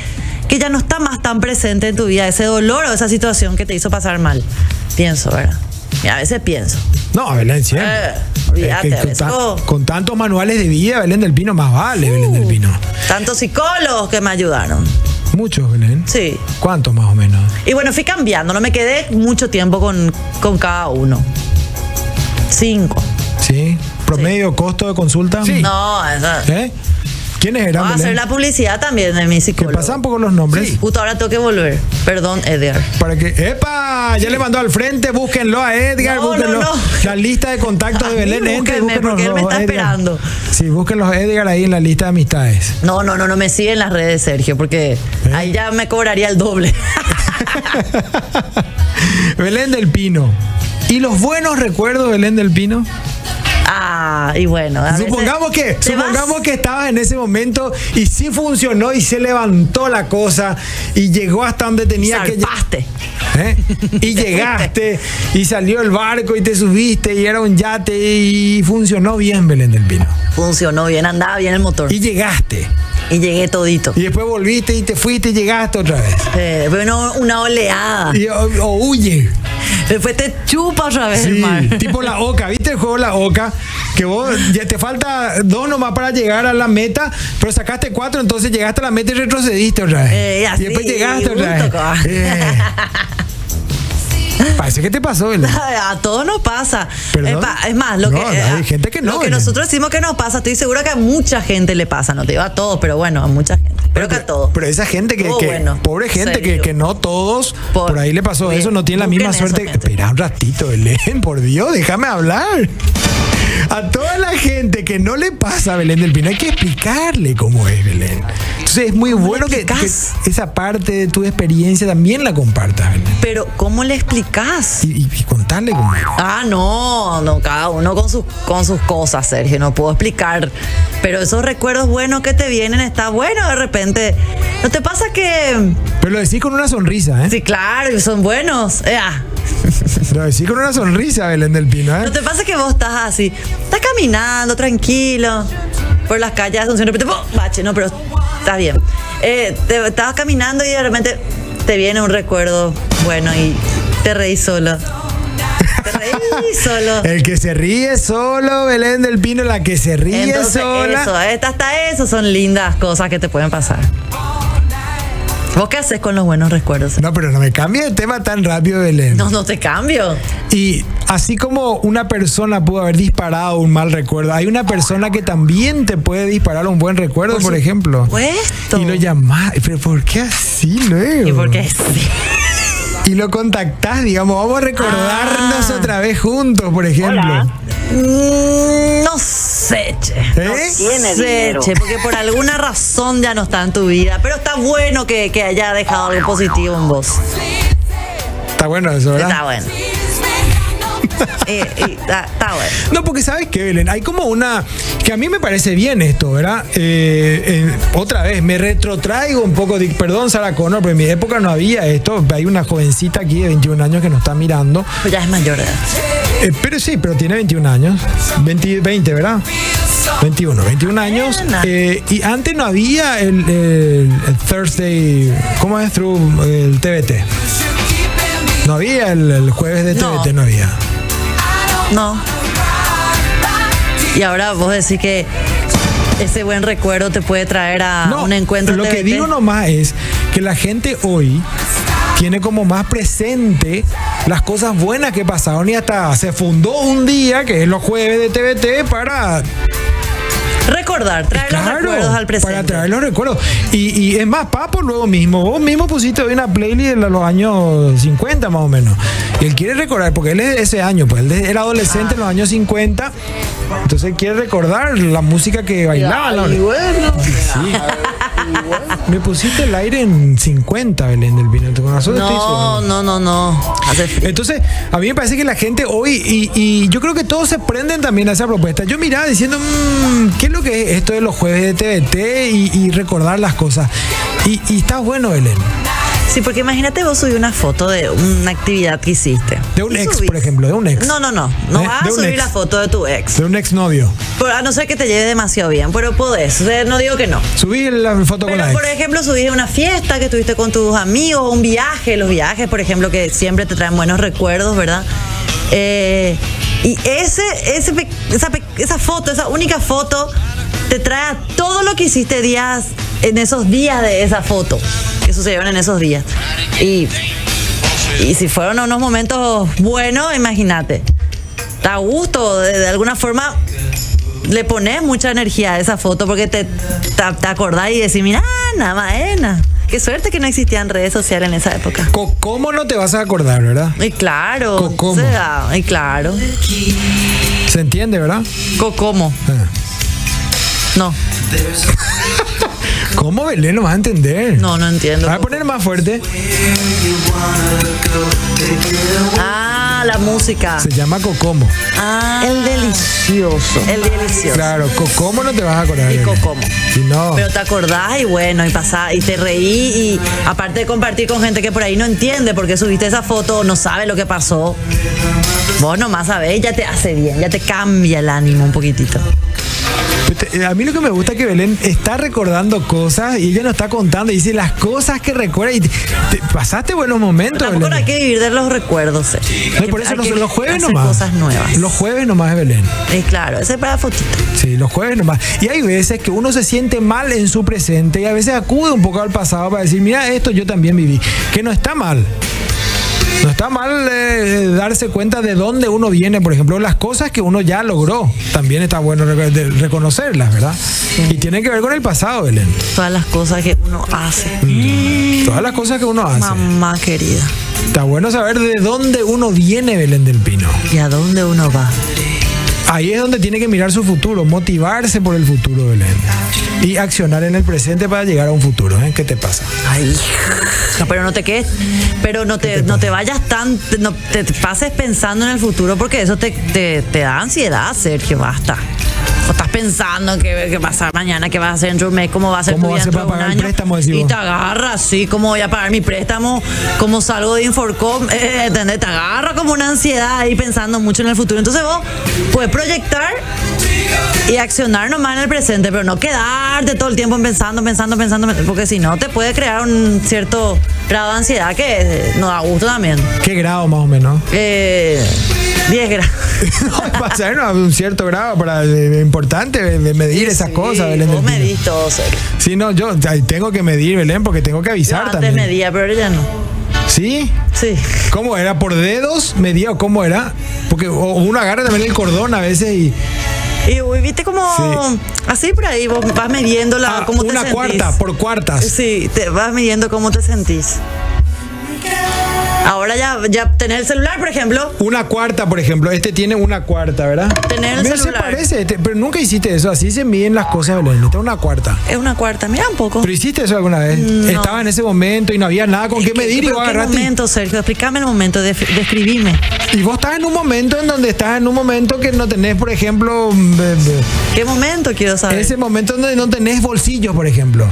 Speaker 2: que ya no está más tan presente en tu vida ese dolor o esa situación que te hizo pasar mal. Pienso, ¿verdad? Y a veces pienso.
Speaker 1: No, Belén, siempre.
Speaker 2: Eh, olvídate,
Speaker 1: Es que
Speaker 2: a
Speaker 1: con,
Speaker 2: veces, oh.
Speaker 1: con tantos manuales de vida, Belén del Pino más vale, Belén
Speaker 2: Uh.
Speaker 1: del Pino.
Speaker 2: Tantos psicólogos que me ayudaron.
Speaker 1: Muchos, Belén.
Speaker 2: Sí.
Speaker 1: ¿Cuántos más o menos?
Speaker 2: Y bueno, fui cambiando, no me quedé mucho tiempo con, con cada uno. Cinco.
Speaker 1: ¿Sí? ¿Promedio, costo de consulta?
Speaker 6: Sí.
Speaker 2: No, esa-
Speaker 1: ¿Eh? ¿Quiénes eran,
Speaker 2: vamos a hacer
Speaker 1: Belén?
Speaker 2: la publicidad también de mi
Speaker 1: Que
Speaker 2: psicólogo.
Speaker 1: pasan por los nombres.
Speaker 6: Sí.
Speaker 2: Justo ahora tengo que volver. Perdón, Edgar.
Speaker 1: Para que, ¡epa! Ya le mandó al frente, búsquenlo a Edgar,
Speaker 2: No, no,
Speaker 1: búsquenlo.
Speaker 2: no.
Speaker 1: La lista de contactos
Speaker 2: A
Speaker 1: de
Speaker 2: mí
Speaker 1: Belén entre,
Speaker 2: búsquenme, porque él me
Speaker 1: los
Speaker 2: está
Speaker 1: Edgar.
Speaker 2: esperando.
Speaker 1: Sí, búsquenlos a Edgar ahí en la lista de amistades.
Speaker 2: No, no, no, no me siguen las redes, Sergio, porque
Speaker 1: ¿Eh?
Speaker 2: ahí ya me cobraría el doble.
Speaker 1: Belén del Pino. ¿Y los buenos recuerdos, Belén del Pino?
Speaker 2: ah, y bueno. a veces
Speaker 1: Supongamos que,
Speaker 2: te vas-
Speaker 1: supongamos que estabas en ese momento y sí funcionó y se levantó la cosa y llegó hasta donde tenía que llegar.
Speaker 2: zarpaste.
Speaker 1: ¿Eh? Y llegaste y salió el barco y te subiste y era un yate y funcionó bien Belén del Pino.
Speaker 2: Funcionó bien, andaba bien el motor.
Speaker 1: Y
Speaker 2: Y,
Speaker 1: llegaste.
Speaker 2: llegué todito.
Speaker 1: Y después volviste y te fuiste y llegaste otra vez.
Speaker 2: Eh, bueno, una oleada.
Speaker 1: Y, o, o huye.
Speaker 2: Después te chupa otra vez el
Speaker 1: Sí,
Speaker 2: mar.
Speaker 1: tipo la oca, ¿viste el juego La Oca? Que vos ya te falta dos nomás para llegar a la meta, pero sacaste cuatro, entonces llegaste a la meta y retrocediste otra vez.
Speaker 2: Eh, y así,
Speaker 1: y después llegaste
Speaker 2: un
Speaker 1: otra vez.
Speaker 2: toco.
Speaker 1: Eh. Parece que te pasó, ¿verdad?
Speaker 2: A todos nos pasa.
Speaker 1: Perdón.
Speaker 2: Es, pa- es más, lo
Speaker 1: No,
Speaker 2: que. eh,
Speaker 1: hay gente que no,
Speaker 2: Lo que
Speaker 1: Belén.
Speaker 2: nosotros decimos que nos pasa, estoy segura que a mucha gente le pasa. No te digo a todos, pero bueno, a mucha gente. Pero que a todos.
Speaker 1: Pero esa gente que,
Speaker 2: Estuvo
Speaker 1: que-
Speaker 2: bueno.
Speaker 1: pobre gente que,
Speaker 2: Serio.
Speaker 1: que no todos por,
Speaker 2: Por-
Speaker 1: ahí le pasó
Speaker 2: Bien,
Speaker 1: eso, no tiene la misma
Speaker 2: busquen eso,
Speaker 1: suerte.
Speaker 2: gente.
Speaker 1: Espera un ratito, Belén, por Dios, déjame hablar. A toda la gente que no le pasa a Belén del Pino, hay que explicarle cómo es Belén. Entonces es muy bueno que, que
Speaker 2: explicás?
Speaker 1: esa parte de tu experiencia también la compartas, Belén.
Speaker 2: Pero, ¿cómo le explicás?
Speaker 1: Y, y- y contarle cómo es.
Speaker 2: Ah, no, no, cada uno con sus, con sus cosas, Sergio, no puedo explicar. Pero esos recuerdos buenos que te vienen, está bueno de repente. ¿No te pasa que.?
Speaker 1: Pero lo decís con una sonrisa, ¿eh?
Speaker 2: Sí, claro, son buenos. Eh, ah.
Speaker 1: Lo decís con una sonrisa, Belén del Pino, ¿eh?
Speaker 2: ¿No te pasa que vos estás así? Estás caminando tranquilo por las calles de Asunción, de repente, ¡pum! bache, no, pero estás bien. Eh, te, estabas caminando y de repente te viene un recuerdo bueno y te reís solo. Te reís solo.
Speaker 1: El que se ríe solo, Belén del Pino, la que se ríe
Speaker 2: Entonces,
Speaker 1: sola.
Speaker 2: eso, eh, hasta eso son lindas cosas que te pueden pasar. ¿Vos qué haces con los buenos recuerdos?
Speaker 1: No, pero no me cambie de tema tan rápido, Belén.
Speaker 2: No, no te cambio.
Speaker 1: Y así como una persona pudo haber disparado un mal recuerdo, hay una persona que también te puede disparar un buen recuerdo, por, ejemplo.
Speaker 2: supuesto.
Speaker 1: Y lo llamás, pero ¿por qué así luego?
Speaker 2: ¿Y por qué? Sí.
Speaker 1: Y lo contactás, digamos, vamos a recordarnos
Speaker 2: Ah.
Speaker 1: otra vez juntos, por ejemplo.
Speaker 2: Mm, No sé, che. No
Speaker 1: ¿Eh?
Speaker 7: Tiene
Speaker 2: sé,
Speaker 7: dinero.
Speaker 2: che, porque por alguna razón ya no está en tu vida. Pero está bueno que, que haya dejado algo positivo en vos.
Speaker 1: Está bueno eso, ¿verdad?
Speaker 2: Está bueno. Eh, y ta- ta bueno.
Speaker 1: No, porque sabes que, Belén, hay como una. que a mí me parece bien esto, ¿verdad? Eh, eh, otra vez, me retrotraigo un poco. de- perdón, Sara Connor, pero en mi época no había esto. Hay una jovencita aquí de 21 años que nos está mirando.
Speaker 2: Pues ya es mayor de edad.
Speaker 1: Eh, pero sí, pero tiene 21 años. 20, 20, ¿verdad? 21, 21 años.
Speaker 2: Buena.
Speaker 1: Eh, y antes no había el, el- el Thursday, ¿cómo es? Through el TBT. No había el, el jueves de
Speaker 2: No.
Speaker 1: TBT, no había.
Speaker 2: No. Y ahora vos decís que ese buen recuerdo te puede traer a
Speaker 1: No,
Speaker 2: un encuentro.
Speaker 1: Lo que
Speaker 2: TBT.
Speaker 1: digo nomás es que la gente hoy tiene como más presente las cosas buenas que pasaron y hasta se fundó un día, que es los jueves de TBT, para
Speaker 2: Recordar, traer los recuerdos al presente.
Speaker 1: Para traer los recuerdos. Y, y es más, Papo luego mismo, vos mismo pusiste hoy una playlist de los años 50 más o menos. Y él quiere recordar, porque él es de ese año, pues él de- era adolescente en los años 50. Entonces él quiere recordar la música que bailaba. ¿no? Sí. Me pusiste el aire en 50, Belén del Pino. Con razón estoy sudando.
Speaker 2: No, no, no, no. Hace frío.
Speaker 1: Entonces, a mí me parece que la gente hoy, y, y yo creo que todos se prenden también a esa propuesta. Yo miraba diciendo, "Mm, ¿qué es lo que es esto de los jueves de TVT y, y recordar las cosas? Y, y está bueno, Belén.
Speaker 2: Sí, porque imagínate vos subí una foto de una actividad que hiciste.
Speaker 1: De un
Speaker 2: Y
Speaker 1: ex,
Speaker 2: subís.
Speaker 1: por ejemplo, de un ex.
Speaker 2: No, no, no. No
Speaker 1: ¿Eh?
Speaker 2: vas a
Speaker 1: De un
Speaker 2: subir
Speaker 1: ex.
Speaker 2: la foto de tu ex.
Speaker 1: De un exnovio.
Speaker 2: Por- a no ser que te lleve demasiado bien, pero podés. O sea, no digo que no.
Speaker 1: Subí la foto con
Speaker 2: Pero,
Speaker 1: la ex.
Speaker 2: por ejemplo, subir una fiesta que tuviste con tus amigos, un viaje, los viajes, por ejemplo, que siempre te traen buenos recuerdos, ¿verdad? Eh, y ese, ese pe- esa, pe- esa foto, esa única foto, te trae a todo lo que hiciste días, en esos días de esa foto, que sucedieron en esos días. Y, y si fueron unos momentos buenos, imagínate. Da gusto, de- de alguna forma le pones mucha energía a esa foto porque te, te, te acordás y decís, mira, nada más, eh, na". Qué suerte que no existían redes sociales en esa época.
Speaker 1: Co- ¿Cómo no te vas a acordar, verdad?
Speaker 2: Y claro,
Speaker 1: Cocomo.
Speaker 2: o sea, y claro.
Speaker 1: Se entiende, ¿verdad?
Speaker 2: Cocomo,
Speaker 1: Ah.
Speaker 2: no,
Speaker 1: ¿Cómo Belén lo vas a entender?
Speaker 2: no, no entiendo.
Speaker 1: Voy a poner más fuerte.
Speaker 2: Ah, la música.
Speaker 1: Se llama Cocomo.
Speaker 2: Ah, el
Speaker 6: Delicioso.
Speaker 2: El delicioso.
Speaker 1: Claro, Cocomo no te vas a acordar.
Speaker 2: Y
Speaker 1: Belén.
Speaker 2: Cocomo.
Speaker 1: Y no.
Speaker 2: Pero te acordás y bueno, y pasá, y te reí, y aparte de compartir con gente que por ahí no entiende por qué subiste esa foto o no sabe lo que pasó, vos nomás sabés, ya te hace bien, ya te cambia el ánimo un poquitito.
Speaker 1: Te- eh, A mí lo que me gusta es que Belén está recordando cosas y ella nos está contando y dice las cosas que recuerda y te- te- pasaste buenos momentos.
Speaker 2: Tampoco no hay
Speaker 1: Belén.
Speaker 2: que vivir de los recuerdos. eh.
Speaker 1: No, y por eso
Speaker 2: Hay
Speaker 1: los,
Speaker 2: que
Speaker 1: los jueves
Speaker 2: hacer
Speaker 1: nomás.
Speaker 2: cosas nuevas.
Speaker 1: Los jueves nomás es Belén.
Speaker 2: Y claro, ese es para fotito.
Speaker 1: Sí, los jueves nomás. Y hay veces que uno se siente mal en su presente y a veces acude un poco al pasado para decir, mira, esto yo también viví. Que no está mal. No está mal eh, darse cuenta de dónde uno viene, por ejemplo, las cosas que uno ya logró. También está bueno reco- de- reconocerlas, ¿verdad? Y tiene que ver con el pasado, Belén.
Speaker 2: Todas las cosas que uno hace.
Speaker 1: Todas las cosas que uno hace.
Speaker 2: Mamá querida.
Speaker 1: Está bueno saber de dónde uno viene, Belén del Pino.
Speaker 2: ¿Y a dónde uno va?
Speaker 1: Ahí es donde tiene que mirar su futuro, motivarse por el futuro, Belén. Y accionar en el presente para llegar a un futuro. ¿eh? ¿Qué te pasa?
Speaker 2: Ay, hija, pero no te quedes, pero no te, no te vayas tan, no te pases pensando en el futuro porque eso te, te, te da ansiedad, Sergio, basta. O estás pensando en qué, qué pasar mañana, qué vas a hacer dentro de un mes, cómo va a ser
Speaker 1: ¿Cómo
Speaker 2: tu
Speaker 1: va a
Speaker 2: vida
Speaker 1: ser
Speaker 2: dentro de
Speaker 1: para
Speaker 2: un
Speaker 1: pagar el
Speaker 2: año.
Speaker 1: préstamo, decís
Speaker 2: y
Speaker 1: vos?
Speaker 2: te agarra, sí, cómo voy a pagar mi préstamo, cómo salgo de Inforcom, eh, ¿entendés? Te agarra como una ansiedad ahí pensando mucho en el futuro. Entonces vos puedes proyectar y accionar nomás en el presente, pero no quedarte todo el tiempo pensando, pensando, pensando, porque si no te puede crear un cierto grado de ansiedad que no da gusto también.
Speaker 1: ¿Qué grado más o menos?
Speaker 2: Eh, 10 grados.
Speaker 1: No, pasar a un cierto grado para eh, importante de- de medir esas cosas, Belén.
Speaker 2: vos
Speaker 1: del Pino.
Speaker 2: medís todo, Sergio.
Speaker 1: Sí, no, yo ay, tengo que medir, Belén, porque tengo que
Speaker 2: Yo
Speaker 1: avisar
Speaker 2: antes
Speaker 1: también.
Speaker 2: medía, pero ahora ya no.
Speaker 1: ¿Sí?
Speaker 2: Sí.
Speaker 1: ¿Cómo era? ¿Por dedos medía o cómo era? Porque o- uno agarra también el cordón a veces y.
Speaker 2: Y uy, viste como
Speaker 1: Sí.
Speaker 2: así por ahí, vos vas midiendo la,
Speaker 1: Ah,
Speaker 2: cómo te
Speaker 1: una
Speaker 2: sentís.
Speaker 1: cuarta, por cuartas.
Speaker 2: Sí, te vas midiendo cómo te sentís. Ahora ya, ya tener el celular, por ejemplo.
Speaker 1: Una cuarta, por ejemplo. Este tiene una cuarta, ¿verdad?
Speaker 2: Tener el
Speaker 1: Mira, se
Speaker 2: celular.
Speaker 1: parece, te- pero nunca hiciste eso. Así se miden las cosas, Belén. Está una cuarta.
Speaker 2: Es una cuarta, mira un poco.
Speaker 1: ¿Pero hiciste eso alguna vez?
Speaker 2: Mm,
Speaker 1: Estaba en ese momento y no había nada con qué medir y
Speaker 2: ¿Pero
Speaker 1: vos
Speaker 2: qué
Speaker 1: agarraste. y-
Speaker 2: momento, Sergio? Explícame el momento, def- describime.
Speaker 1: Y vos estás en un momento en donde estás en un momento que no tenés, por ejemplo, mm, eh, eh,
Speaker 2: ¿Qué momento quiero saber?
Speaker 1: ese momento donde no tenés bolsillos, por ejemplo.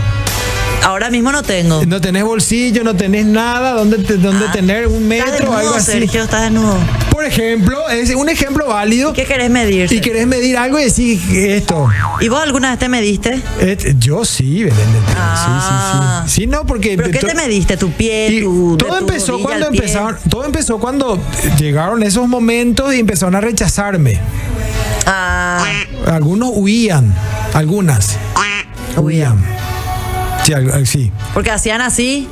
Speaker 2: Ahora mismo no tengo.
Speaker 1: No tenés bolsillo, no tenés nada donde, te- donde
Speaker 2: Ah,
Speaker 1: tener un
Speaker 2: Estás
Speaker 1: metro o
Speaker 2: desnudo,
Speaker 1: algo así.
Speaker 2: Sergio, estás desnudo.
Speaker 1: Por ejemplo, es un ejemplo válido.
Speaker 2: ¿Qué querés medir?
Speaker 1: Y
Speaker 2: Sergio?
Speaker 1: querés medir algo y decir esto.
Speaker 2: ¿Y vos alguna vez te mediste?
Speaker 1: Et- Eh, yo sí, Belén. del Pino,
Speaker 2: Ah.
Speaker 1: Sí, sí, sí. Sí, no, porque.
Speaker 2: ¿Pero qué
Speaker 1: to-
Speaker 2: te mediste? ¿Tu pie?
Speaker 1: y
Speaker 2: Tu, de
Speaker 1: todo
Speaker 2: tu
Speaker 1: empezó
Speaker 2: rodilla
Speaker 1: cuando
Speaker 2: al pie?
Speaker 1: empezaron, todo empezó cuando llegaron esos momentos y empezaron a rechazarme.
Speaker 2: Ah,
Speaker 1: Algunos huían, algunas huían. Sí, al- al- sí.
Speaker 2: porque hacían así.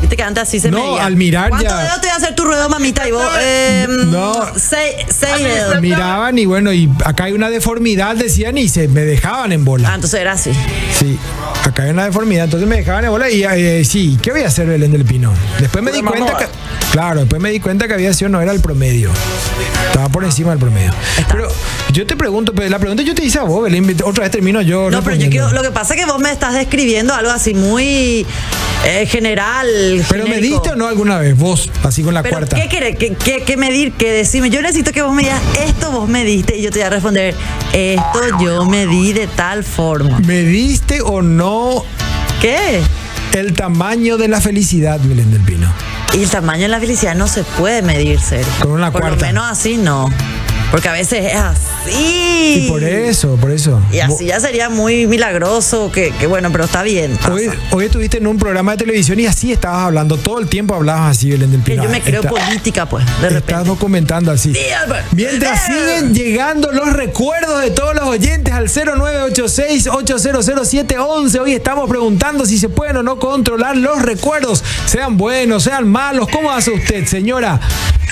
Speaker 2: Viste que antes así se
Speaker 1: No,
Speaker 2: medía.
Speaker 1: al mirar
Speaker 2: ¿Cuántos
Speaker 1: ya-
Speaker 2: dedos te voy a hacer tu ruedo, mamita? Y vos, eh,
Speaker 1: No.
Speaker 2: Seis, seis dedos.
Speaker 1: Miraban y bueno, y acá hay una deformidad, decían, y se me dejaban en
Speaker 2: Ah,
Speaker 1: bola.
Speaker 2: entonces era así.
Speaker 1: Sí, acá hay una deformidad, entonces me dejaban en bola y eh, sí, ¿qué voy a hacer Belén del Pino? Después me di
Speaker 2: Una
Speaker 1: cuenta que,
Speaker 2: mamada.
Speaker 1: claro, después me di cuenta que había sido no era el promedio. Estaba por encima del promedio. Pero yo te pregunto, pero la pregunta yo te hice a vos, Belén, otra vez termino yo.
Speaker 2: No, pero yo
Speaker 1: respondiendo.
Speaker 2: quiero, lo que pasa es que vos me estás describiendo algo así muy eh, general.
Speaker 1: Pero me
Speaker 2: genérico.
Speaker 1: diste o no alguna vez, vos, así con la
Speaker 2: ¿Pero
Speaker 1: cuarta.
Speaker 2: ¿qué, querés? ¿Qué, qué, qué medir? ¿Qué decime? Yo necesito que vos me digas esto, vos me diste, y yo te voy a responder, esto yo me di de tal forma.
Speaker 1: ¿Me diste o no
Speaker 2: ¿Qué?
Speaker 1: el tamaño de la felicidad, Belén del Pino?
Speaker 2: Y el tamaño de la felicidad no se puede medir, Sergio.
Speaker 1: Con una
Speaker 2: Por
Speaker 1: cuarta.
Speaker 2: lo menos así no. Porque a veces es así.
Speaker 1: Y por eso, por eso.
Speaker 2: Y así ya sería muy milagroso, que, que bueno, pero está bien. pasa.
Speaker 1: Hoy, hoy estuviste en un programa de televisión y así estabas hablando, todo el tiempo hablabas así, Belén del
Speaker 2: Que
Speaker 1: Pino. Ah,
Speaker 2: yo me creo
Speaker 1: Está-
Speaker 2: política, pues, de
Speaker 1: Estás
Speaker 2: repente.
Speaker 1: documentando así.
Speaker 2: Sí, Albert.
Speaker 1: Mientras
Speaker 2: Eh.
Speaker 1: siguen llegando los recuerdos de todos los oyentes al 0986-800711, hoy estamos preguntando si se pueden o no controlar los recuerdos, sean buenos, sean malos. ¿Cómo hace usted, señora?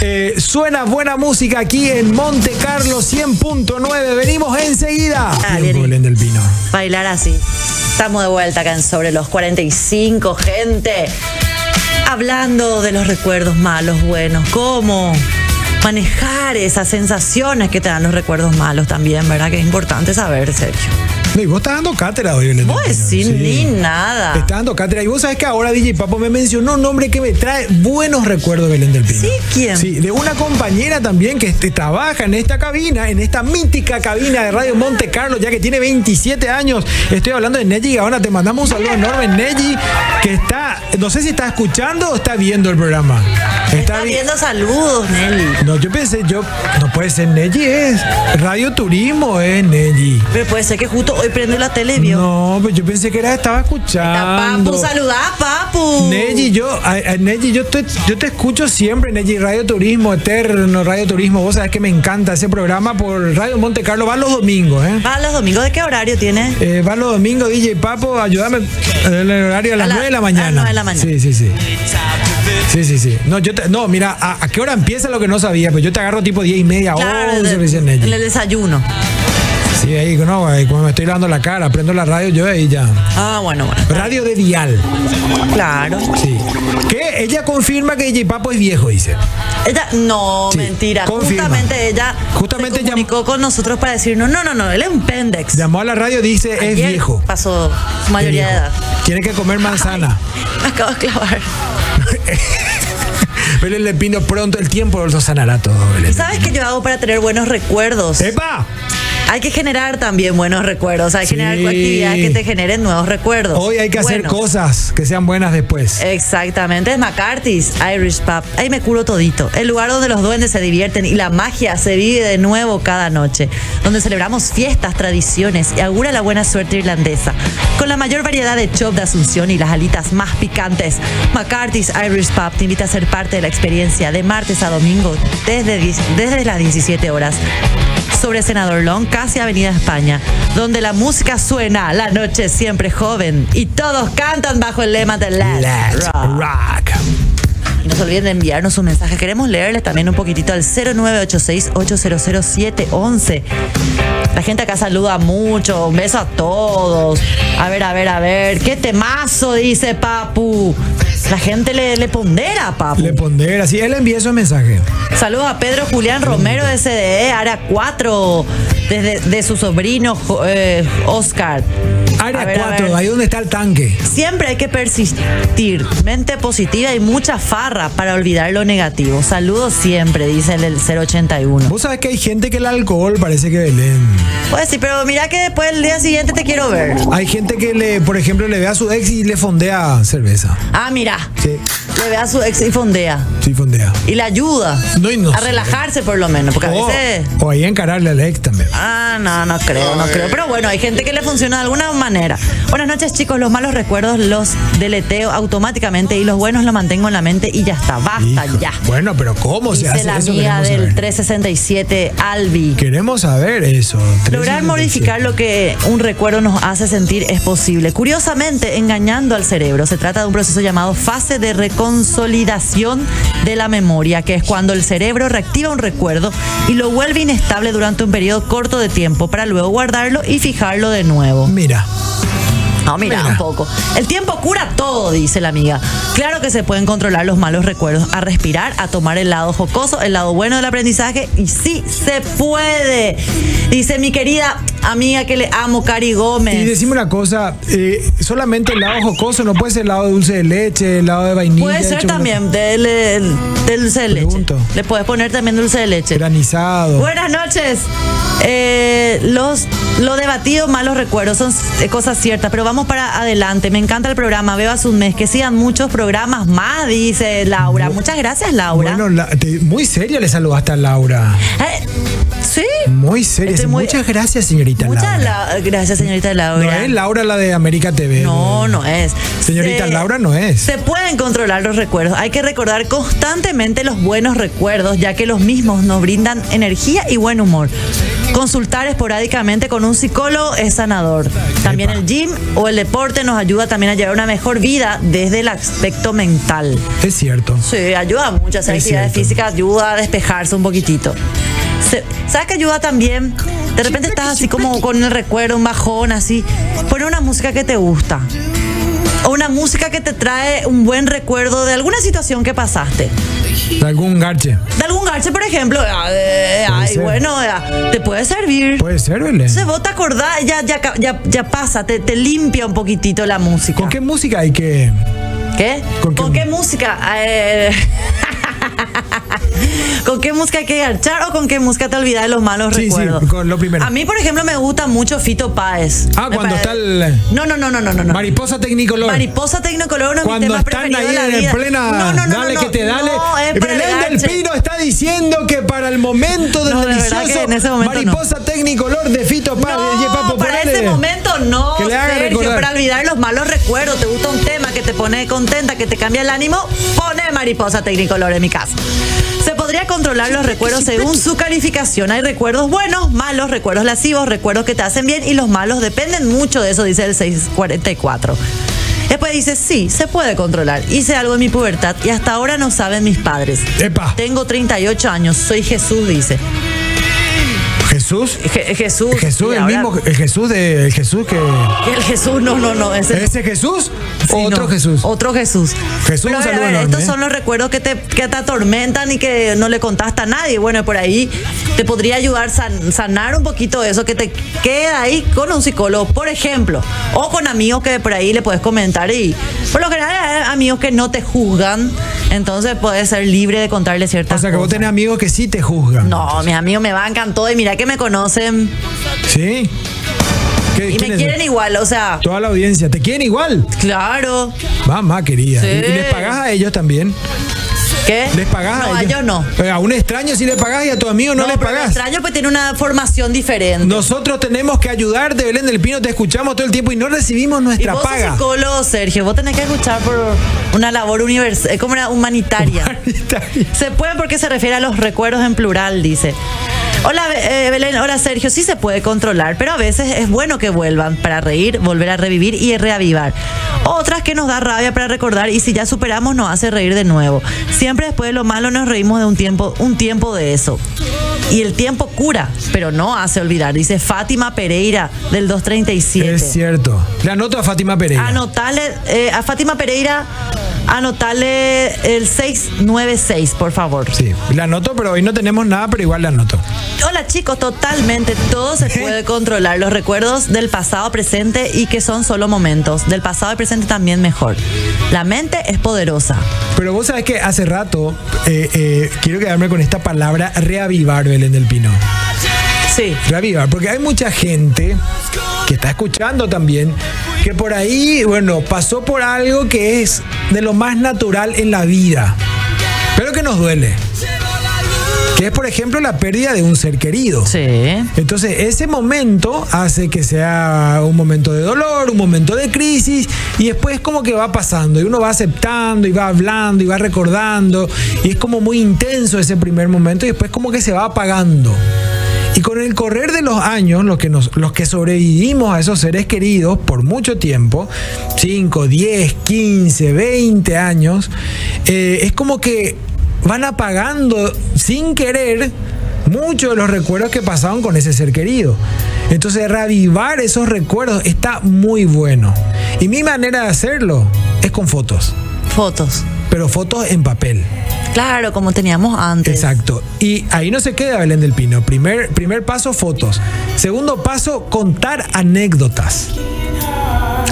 Speaker 1: Eh, suena buena música aquí en Monte Carlo 100.9. Venimos enseguida.
Speaker 2: Ah,
Speaker 1: Tiempo,
Speaker 2: viene.
Speaker 1: Belén del Pino.
Speaker 2: Bailar así. Estamos de vuelta acá en Sobre los 45, gente. Hablando de los recuerdos malos, buenos, cómo manejar esas sensaciones que te dan los recuerdos malos también, ¿verdad? Que es importante saber, Sergio.
Speaker 1: No, y vos estás dando cátedra hoy, Belén. del
Speaker 2: No voy a
Speaker 1: Pino.
Speaker 2: decir
Speaker 1: Sí.
Speaker 2: ni nada.
Speaker 1: Está dando cátedra. Y vos sabés que ahora DJ Papo me mencionó un nombre que me trae buenos recuerdos, Belén del Pino.
Speaker 2: ¿Sí? ¿Quién?
Speaker 1: Sí, de una compañera también que este, trabaja en esta cabina, en esta mítica cabina de Radio Monte Carlo, ya que tiene 27 años. Estoy hablando de Neji Gaona. Te mandamos un saludo enorme, Neji, que está, no sé si está escuchando o está viendo el programa.
Speaker 2: Está
Speaker 1: vi-
Speaker 2: viendo saludos, Nelly.
Speaker 1: No, yo pensé, yo, no puede ser Neji, es Radio Turismo, es Neji.
Speaker 2: Pero puede ser que justo hoy prende la tele y vio.
Speaker 1: No, pues yo pensé que era, estaba
Speaker 2: Está
Speaker 1: escuchando.
Speaker 2: papu, saludá, papu.
Speaker 1: Neji, yo, a- a- Neji, yo te, yo te escucho siempre, Neji, Radio Turismo, Eterno, Radio Turismo, vos sabés que me encanta ese programa por Radio Monte Carlo, va los domingos, ¿eh?
Speaker 2: ¿Va Ah, los domingos de qué horario tiene?
Speaker 1: Eh, va los domingos, DJ Papo, ayúdame eh, en el horario a las
Speaker 2: la-
Speaker 1: 9 de la
Speaker 2: a las
Speaker 1: mañana.
Speaker 2: 9 de la mañana.
Speaker 1: Sí, sí, sí. Sí, sí, sí. No, yo te- no mira, a, a qué hora empieza lo que no sabía? Pues yo te agarro tipo 10 y media,
Speaker 2: Claro,
Speaker 1: 11,
Speaker 2: de-
Speaker 1: Oh, me dice
Speaker 2: en
Speaker 1: Neji.
Speaker 2: el desayuno.
Speaker 1: Sí, ahí, no, ahí, cuando me estoy lavando la cara, prendo la radio yo ahí ya.
Speaker 2: Ah, bueno, bueno.
Speaker 1: Radio de Dial,
Speaker 2: Claro.
Speaker 1: sí. Que ella confirma que DJ Papo es viejo, dice.
Speaker 2: Ella, no,
Speaker 1: Sí,
Speaker 2: mentira.
Speaker 1: confirma.
Speaker 2: Justamente ella
Speaker 1: Justamente
Speaker 2: se comunicó con nosotros para decirnos, no, no, no, él es un pendex.
Speaker 1: Llamó a la radio, dice, es
Speaker 2: Ayer
Speaker 1: viejo.
Speaker 2: Pasó su
Speaker 1: Es
Speaker 2: mayoría de
Speaker 1: viejo.
Speaker 2: edad.
Speaker 1: Tiene que comer manzana.
Speaker 2: Me acabo de clavar.
Speaker 1: Pero le pido pronto el tiempo, lo sanará todo. Belén.
Speaker 2: ¿Y sabes qué yo hago para tener buenos recuerdos?
Speaker 1: ¡Epa!
Speaker 2: Hay que generar también buenos recuerdos. Hay que
Speaker 1: Sí.
Speaker 2: generar actividades que te generen nuevos recuerdos.
Speaker 1: Hoy hay que hacer
Speaker 2: Buenos.
Speaker 1: cosas que sean buenas después.
Speaker 2: Exactamente, es McCarthy's Irish Pub. Ahí me curo todito. El lugar donde los duendes se divierten y la magia se vive de nuevo cada noche. Donde celebramos fiestas, tradiciones y augura la buena suerte irlandesa. Con la mayor variedad de chop de Asunción y las alitas más picantes, McCarthy's Irish Pub te invita a ser parte de la experiencia de martes a domingo desde, dis- desde las 17 horas. Sobre Senador Long, casi Avenida España, donde la música suena, la noche siempre joven y todos cantan bajo el lema de la
Speaker 1: Let's rock.
Speaker 2: y no se olviden de enviarnos un mensaje. Queremos leerles también un poquitito al 0986-800711. La gente acá saluda mucho. Un beso a todos. A ver, a ver, a ver. ¡Qué temazo! Dice Papu. La gente le, le pondera, papu.
Speaker 1: Le pondera, sí, él envió esos mensajes.
Speaker 2: Saludos a Pedro Julián Romero de CDE, Área 4, desde, de su sobrino Jo- eh, Oscar. A
Speaker 1: Área
Speaker 2: ver, a
Speaker 1: 4,
Speaker 2: ver.
Speaker 1: ahí donde está el tanque.
Speaker 2: Siempre hay que persistir, mente positiva y mucha farra para olvidar lo negativo. Saludos siempre, dice el, el 081.
Speaker 1: Vos sabés que hay gente que el alcohol parece que Belén.
Speaker 2: Pues sí, pero mira que después el día siguiente te quiero ver.
Speaker 1: Hay gente que, le, por ejemplo, le ve a su ex y le fondea cerveza.
Speaker 2: Ah, mira,
Speaker 1: Sí,
Speaker 2: le ve a su ex y fondea.
Speaker 1: sí, fondea.
Speaker 2: Y le ayuda
Speaker 1: No, y no
Speaker 2: a
Speaker 1: sé. Oh.
Speaker 2: relajarse por lo menos, porque a
Speaker 1: O,
Speaker 2: veces...
Speaker 1: o ahí encararle al ex también.
Speaker 2: Ah, no, no creo, no creo. Pero bueno, hay gente que le funciona de alguna manera. Buenas noches, chicos. Los malos recuerdos los deleteo automáticamente y los buenos los mantengo en la mente y ya está. Basta
Speaker 1: Hijo.
Speaker 2: ya.
Speaker 1: Bueno, pero ¿cómo se
Speaker 2: Dice
Speaker 1: hace
Speaker 2: la
Speaker 1: eso?
Speaker 2: amiga
Speaker 1: Queremos
Speaker 2: del
Speaker 1: saber.
Speaker 2: 367, Albi.
Speaker 1: Queremos saber eso.
Speaker 2: Lograr
Speaker 1: 377.
Speaker 2: modificar lo que un recuerdo nos hace sentir es posible. Curiosamente, engañando al cerebro. Se trata de un proceso llamado fase de reconsolidación de la memoria, que es cuando el cerebro reactiva un recuerdo y lo vuelve inestable durante un periodo corto de tiempo para luego guardarlo y fijarlo de nuevo.
Speaker 1: Mira,
Speaker 2: No, mira,
Speaker 1: Mira.
Speaker 2: un poco. El tiempo cura todo, dice la amiga. Claro que se pueden controlar los malos recuerdos, a respirar, a tomar el lado jocoso, el lado bueno del aprendizaje, y sí se puede. Dice mi querida amiga que le amo, Cari
Speaker 1: y
Speaker 2: Gómez.
Speaker 1: decime una cosa, eh, solamente el lado jocoso, no puede ser el lado de dulce de leche, el lado de vainilla.
Speaker 2: Puede
Speaker 1: de
Speaker 2: ser
Speaker 1: chocolate
Speaker 2: también del, eh, del dulce de leche.
Speaker 1: Pregunto.
Speaker 2: Le puedes poner también dulce de leche.
Speaker 1: Granizado.
Speaker 2: Buenas noches. Eh, los, lo debatido, malos recuerdos, son eh, cosas ciertas, pero vamos para adelante. Me encanta el programa, bebas un mes, que sigan muchos programas más, dice Laura. Muchas gracias, Laura.
Speaker 1: Bueno, la- te- muy seria le saludaste a Laura.
Speaker 2: Eh, sí.
Speaker 1: Muy seria.
Speaker 2: Estoy muy-
Speaker 1: Muchas gracias, señorita
Speaker 2: Muchas
Speaker 1: Laura.
Speaker 2: la- gracias, señorita
Speaker 1: No
Speaker 2: Laura.
Speaker 1: es Laura la de América TV.
Speaker 2: No, no es.
Speaker 1: Señorita
Speaker 2: Se-
Speaker 1: Laura no es.
Speaker 2: Se pueden controlar los recuerdos. Hay que recordar constantemente los buenos recuerdos, ya que los mismos nos brindan energía y buen humor. Consultar esporádicamente con un psicólogo es sanador. También el gym o el deporte nos ayuda también a llevar una mejor vida desde el aspecto mental.
Speaker 1: Es cierto.
Speaker 2: Sí, ayuda mucho. Hacer
Speaker 1: Es
Speaker 2: actividades
Speaker 1: cierto.
Speaker 2: físicas ayuda a despejarse un poquitito. Se- ¿Sabes qué ayuda también? De repente estás así como con el recuerdo, un bajón, así. Poner una música que te gusta. O una música que te trae un buen recuerdo de alguna situación que pasaste.
Speaker 1: De algún garche.
Speaker 2: De algún garche, por ejemplo. ah, eh,
Speaker 1: Puede
Speaker 2: Ay,
Speaker 1: ser.
Speaker 2: bueno, eh, te puede servir.
Speaker 1: Puede ser, Belén.
Speaker 2: Se vos te acordás, ya, ya, ca- ya, ya pasa, te, te limpia un poquitito la música.
Speaker 1: ¿Con qué música hay que.?
Speaker 2: ¿Qué? ¿Con
Speaker 1: ¿Con
Speaker 2: qué,
Speaker 1: qué-
Speaker 2: música? Eh, ¿Con qué música hay que garchar o con qué música te olvidas de los malos
Speaker 1: Sí, sí,
Speaker 2: recuerdos?
Speaker 1: con lo primero.
Speaker 2: A mí, por ejemplo, me gusta mucho Fito Páez.
Speaker 1: Ah,
Speaker 2: Me parece-
Speaker 1: cuando está el-
Speaker 2: No, no, no, no, no, no. no.
Speaker 1: Mariposa Tecnicolor.
Speaker 2: Mariposa Tecnocolor, uno de mis
Speaker 1: Cuando
Speaker 2: temas
Speaker 1: están
Speaker 2: preferidos
Speaker 1: ahí
Speaker 2: de la
Speaker 1: en
Speaker 2: vida.
Speaker 1: el plena.
Speaker 2: No, no, no,
Speaker 1: dale
Speaker 2: no,
Speaker 1: que te dale.
Speaker 2: No, es para el
Speaker 1: Belén del
Speaker 2: garche.
Speaker 1: Pino está diciendo que para el momento del
Speaker 2: No, de verdad
Speaker 1: delicioso.
Speaker 2: que en ese momento no.
Speaker 1: Mariposa Tecnicolor de Fito Paz. de Ye
Speaker 2: No,
Speaker 1: Papo
Speaker 2: para
Speaker 1: Morales.
Speaker 2: ese momento no,
Speaker 1: Que le haga
Speaker 2: Sergio,
Speaker 1: recordar.
Speaker 2: para olvidar los malos recuerdos. Te gusta un tema que te pone contenta, que te cambia el ánimo, pone mariposa tecnicolor en mi caso. Se podría controlar los recuerdos según su calificación. Hay recuerdos buenos, malos, recuerdos lascivos, recuerdos que te hacen bien y los malos dependen mucho de eso, dice el 644. Después dice, sí, se puede controlar. Hice algo en mi pubertad y hasta ahora no saben mis padres.
Speaker 1: Epa.
Speaker 2: Tengo 38 años, soy Jesús, dice.
Speaker 1: Jesús.
Speaker 2: Je- Jesús.
Speaker 1: Jesús,
Speaker 2: y
Speaker 1: el
Speaker 2: ahora-
Speaker 1: mismo. El Jesús de. El Jesús que.
Speaker 2: el Jesús, no, no, no. Ese,
Speaker 1: ¿Ese Jesús?
Speaker 2: sí,
Speaker 1: ¿O otro
Speaker 2: no,
Speaker 1: Jesús?
Speaker 2: Otro Jesús.
Speaker 1: Jesús,
Speaker 2: Pero,
Speaker 1: un
Speaker 2: a ver,
Speaker 1: saludo
Speaker 2: a ver,
Speaker 1: enorme,
Speaker 2: estos
Speaker 1: ¿eh?
Speaker 2: son los recuerdos que te, que te atormentan y que no le contaste a nadie. Bueno, por ahí te podría ayudar san- sanar un poquito eso que te queda ahí con un psicólogo, por ejemplo. O con amigos que por ahí le puedes comentar y por lo general hay amigos que no te juzgan. Entonces puedes ser libre de contarle
Speaker 1: O
Speaker 2: ciertas
Speaker 1: sea que vos
Speaker 2: cosas.
Speaker 1: tenés amigos que sí te juzgan.
Speaker 2: No, mis amigos me bancan todo y mira que me conocen
Speaker 1: ¿Sí? ¿Qué-
Speaker 2: y me
Speaker 1: quiénes son?
Speaker 2: quieren igual, o sea,
Speaker 1: Toda la audiencia. ¿Te quieren igual?
Speaker 2: claro.
Speaker 1: Mamá querida.
Speaker 2: Sí.
Speaker 1: ¿Y y les pagás a ellos también?
Speaker 2: ¿Qué?
Speaker 1: ¿Les pagás
Speaker 2: No,
Speaker 1: a
Speaker 2: a
Speaker 1: ellos?
Speaker 2: yo no.
Speaker 1: Eh, A un extraño sí le pagás y a tu amigo no, le
Speaker 2: pero
Speaker 1: pagás.
Speaker 2: extraño pues tiene una formación diferente.
Speaker 1: Nosotros tenemos que ayudarte, Belén del Pino. Te escuchamos todo el tiempo y no recibimos
Speaker 2: y
Speaker 1: nuestra
Speaker 2: vos sos
Speaker 1: paga.
Speaker 2: psicólogo, Sergio. Vos tenés que escuchar por una labor universal, eh, como era humanitaria. Se puede porque se refiere a los recuerdos en plural, dice. Hola Be- eh, Belén, hola Sergio, sí se puede controlar, pero a veces es bueno que vuelvan para reír, volver a revivir y reavivar. Otras que nos da rabia para recordar y si ya superamos nos hace reír de nuevo. Siempre después de lo malo nos reímos de un tiempo, un tiempo de eso. Y el tiempo cura, pero no hace olvidar, dice Fátima Pereira del 237. Ah,
Speaker 1: es cierto. La nota a Fátima Pereira.
Speaker 2: Anotale eh, a Fátima Pereira Anotale el 696, por favor.
Speaker 1: Sí, la anoto, pero hoy no tenemos nada, pero igual la anoto.
Speaker 2: Hola chicos, totalmente todo se puede controlar. Los recuerdos del pasado, presente y que son solo momentos. Del pasado y presente también mejor. La mente es poderosa.
Speaker 1: Pero vos sabés que hace rato eh, eh, quiero quedarme con esta palabra reavivar, Belén del Pino.
Speaker 2: Sí.
Speaker 1: Reavivar, porque hay mucha gente que está escuchando también que por ahí, bueno, pasó por algo que es de lo más natural en la vida, pero que nos duele. Que es, por ejemplo, la pérdida de un ser querido.
Speaker 2: Sí.
Speaker 1: Entonces, ese momento hace que sea un momento de dolor, un momento de crisis, y después como que va pasando, y uno va aceptando, y va hablando, y va recordando, y es como muy intenso ese primer momento, y después como que se va apagando. Y con el correr de los años, los que, nos, los que sobrevivimos a esos seres queridos por mucho tiempo, 5, 10, 15, 20 años, eh, es como que van apagando sin querer muchos de los recuerdos que pasaron con ese ser querido. Entonces reavivar esos recuerdos está muy bueno. Y mi manera de hacerlo es con fotos,
Speaker 2: Fotos.
Speaker 1: pero fotos en papel.
Speaker 2: Claro, como teníamos antes.
Speaker 1: Exacto. Y ahí no se queda Belén del Pino. Primer, primer paso, fotos. Segundo paso, contar anécdotas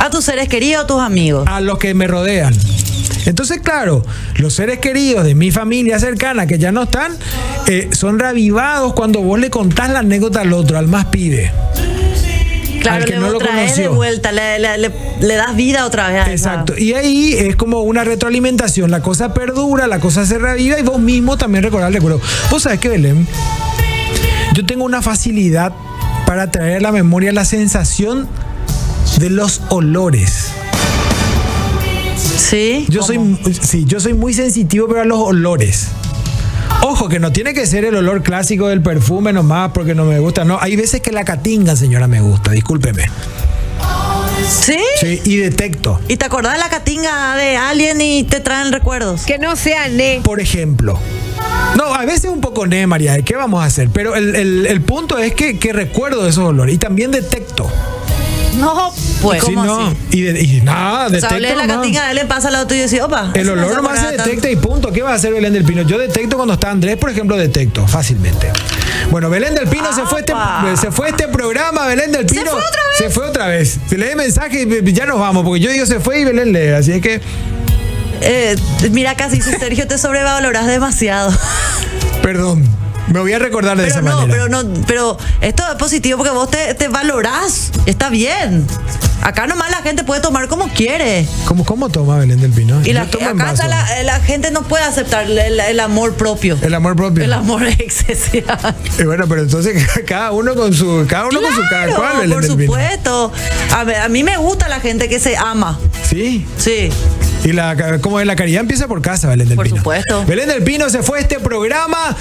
Speaker 2: A tus seres queridos, a tus amigos.
Speaker 1: a los que me rodean. Entonces, claro, los seres queridos de mi familia cercana que ya no están, eh, son reavivados cuando vos le contás la anécdota al otro, al más pibe.
Speaker 2: Claro,
Speaker 1: al que
Speaker 2: le
Speaker 1: no lo
Speaker 2: traes de
Speaker 1: conoció.
Speaker 2: vuelta, le, le- le- le das vida otra vez. a esa-
Speaker 1: Exacto. Y ahí es como una retroalimentación. La cosa perdura, la cosa se reaviva y vos mismo también recordás el recuerdo. Vos sabés que Belén, yo tengo una facilidad para traer a la memoria la sensación de los olores.
Speaker 2: Sí.
Speaker 1: Yo
Speaker 2: ¿cómo?
Speaker 1: soy, sí, yo soy muy sensitivo para los olores. Ojo, que no tiene que ser el olor clásico del perfume nomás porque no me gusta. No, hay veces que la catinga, señora, me gusta, discúlpeme.
Speaker 2: ¿Sí?
Speaker 1: Sí, y detecto.
Speaker 2: ¿Y te acordás de la catinga de Alien y te traen recuerdos?
Speaker 6: Que no sea ne.
Speaker 1: por ejemplo. No, a veces un poco ne, María, ¿qué vamos a hacer? Pero el, el- el punto es que, que recuerdo esos olores y también detecto.
Speaker 2: No, pues.
Speaker 1: Sí,
Speaker 2: ¿Cómo
Speaker 1: no,
Speaker 2: así?
Speaker 1: Y, de- y nada,
Speaker 2: O sea,
Speaker 1: detecto.
Speaker 2: hablé de la
Speaker 1: nomás.
Speaker 2: catinga de Alien, pasa al auto y yo decía, opa.
Speaker 1: el
Speaker 2: eso no
Speaker 1: olor nomás se
Speaker 2: acordaba
Speaker 1: detecta
Speaker 2: tanto.
Speaker 1: y punto. ¿Qué va a hacer Belén del Pino? Yo detecto cuando está Andrés, por ejemplo, detecto fácilmente. Bueno, Belén del Pino se fue, este,
Speaker 2: ¡Apa!
Speaker 1: se fue este programa, Belén del Pino.
Speaker 2: fue otra vez?
Speaker 1: Se fue otra vez. Se lee mensaje y ya nos vamos, porque yo digo se fue y Belén lee. Así es que
Speaker 2: Eh, mira, casi dice Sergio, te sobrevaloras demasiado.
Speaker 1: Perdón, me voy a recordar de
Speaker 2: Pero
Speaker 1: esa
Speaker 2: no,
Speaker 1: manera.
Speaker 2: pero no, pero esto es positivo porque vos te, te valorás. Está bien. Acá nomás la gente puede tomar como quiere.
Speaker 1: ¿Cómo, cómo toma Belén del Pino?
Speaker 2: Y la,
Speaker 1: Yo tomo en
Speaker 2: acá está
Speaker 1: vaso.
Speaker 2: la, eh, la gente no puede aceptar el, el amor propio.
Speaker 1: El amor propio.
Speaker 2: El amor excesivo. Claro,
Speaker 1: Y bueno, pero entonces cada uno con su cada uno con su cada cual Belén
Speaker 2: por
Speaker 1: del Pino.
Speaker 2: supuesto. A, ver, a mí me gusta la gente que se ama.
Speaker 1: Sí.
Speaker 2: Sí.
Speaker 1: Y la como es la caridad empieza por casa, Belén del
Speaker 2: Por
Speaker 1: Pino.
Speaker 2: supuesto.
Speaker 1: Belén del Pino se fue a este programa.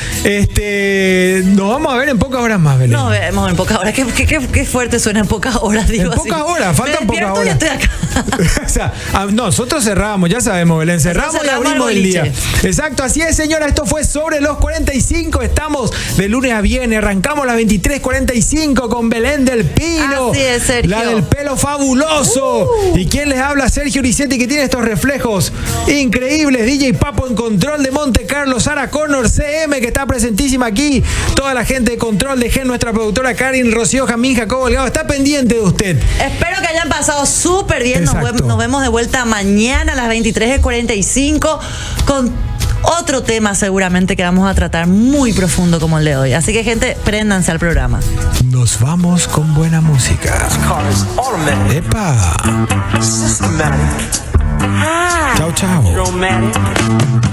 Speaker 1: Este, nos vamos a ver en pocas horas más, Belén.
Speaker 2: Nos vemos en pocas horas. Qué, qué- qué- qué fuerte suena en pocas horas, digo
Speaker 1: en
Speaker 2: así.
Speaker 1: pocas horas, faltan
Speaker 2: Me despierto
Speaker 1: pocas
Speaker 2: y
Speaker 1: horas.
Speaker 2: estoy acá.
Speaker 1: o sea, a- nosotros cerramos, ya sabemos, Belén. Cerramos y
Speaker 2: cerramos
Speaker 1: abrimos
Speaker 2: el
Speaker 1: el día.
Speaker 2: boliche.
Speaker 1: Exacto, así es, señora. Esto fue sobre los 45. Estamos de lunes a viernes. Arrancamos las 23.45 con Belén del Pino.
Speaker 2: Así es, Sergio. Uh.
Speaker 1: La del pelo fabuloso. ¿Y quién les habla? Sergio Uricetti, que tiene estos reflejos increíbles. DJ Papo en Control de Monte Carlo. Sara Connor, CM, que está presentísima aquí. Toda la gente de Control de G, nuestra productora Karin Rocío Jamín Jacobo Delgado, está pendiente de usted.
Speaker 2: Espero que hayan pasado súper bien. Nos,
Speaker 1: Exacto.
Speaker 2: vemos- nos vemos de vuelta mañana a las 23.45 con otro tema seguramente que vamos a tratar muy profundo como el de hoy. Así que gente, préndanse al programa.
Speaker 1: Nos vamos con buena música.
Speaker 7: cars automatic,
Speaker 1: ¡Epa!
Speaker 7: systematic,
Speaker 1: Chao, chao.
Speaker 7: romantic.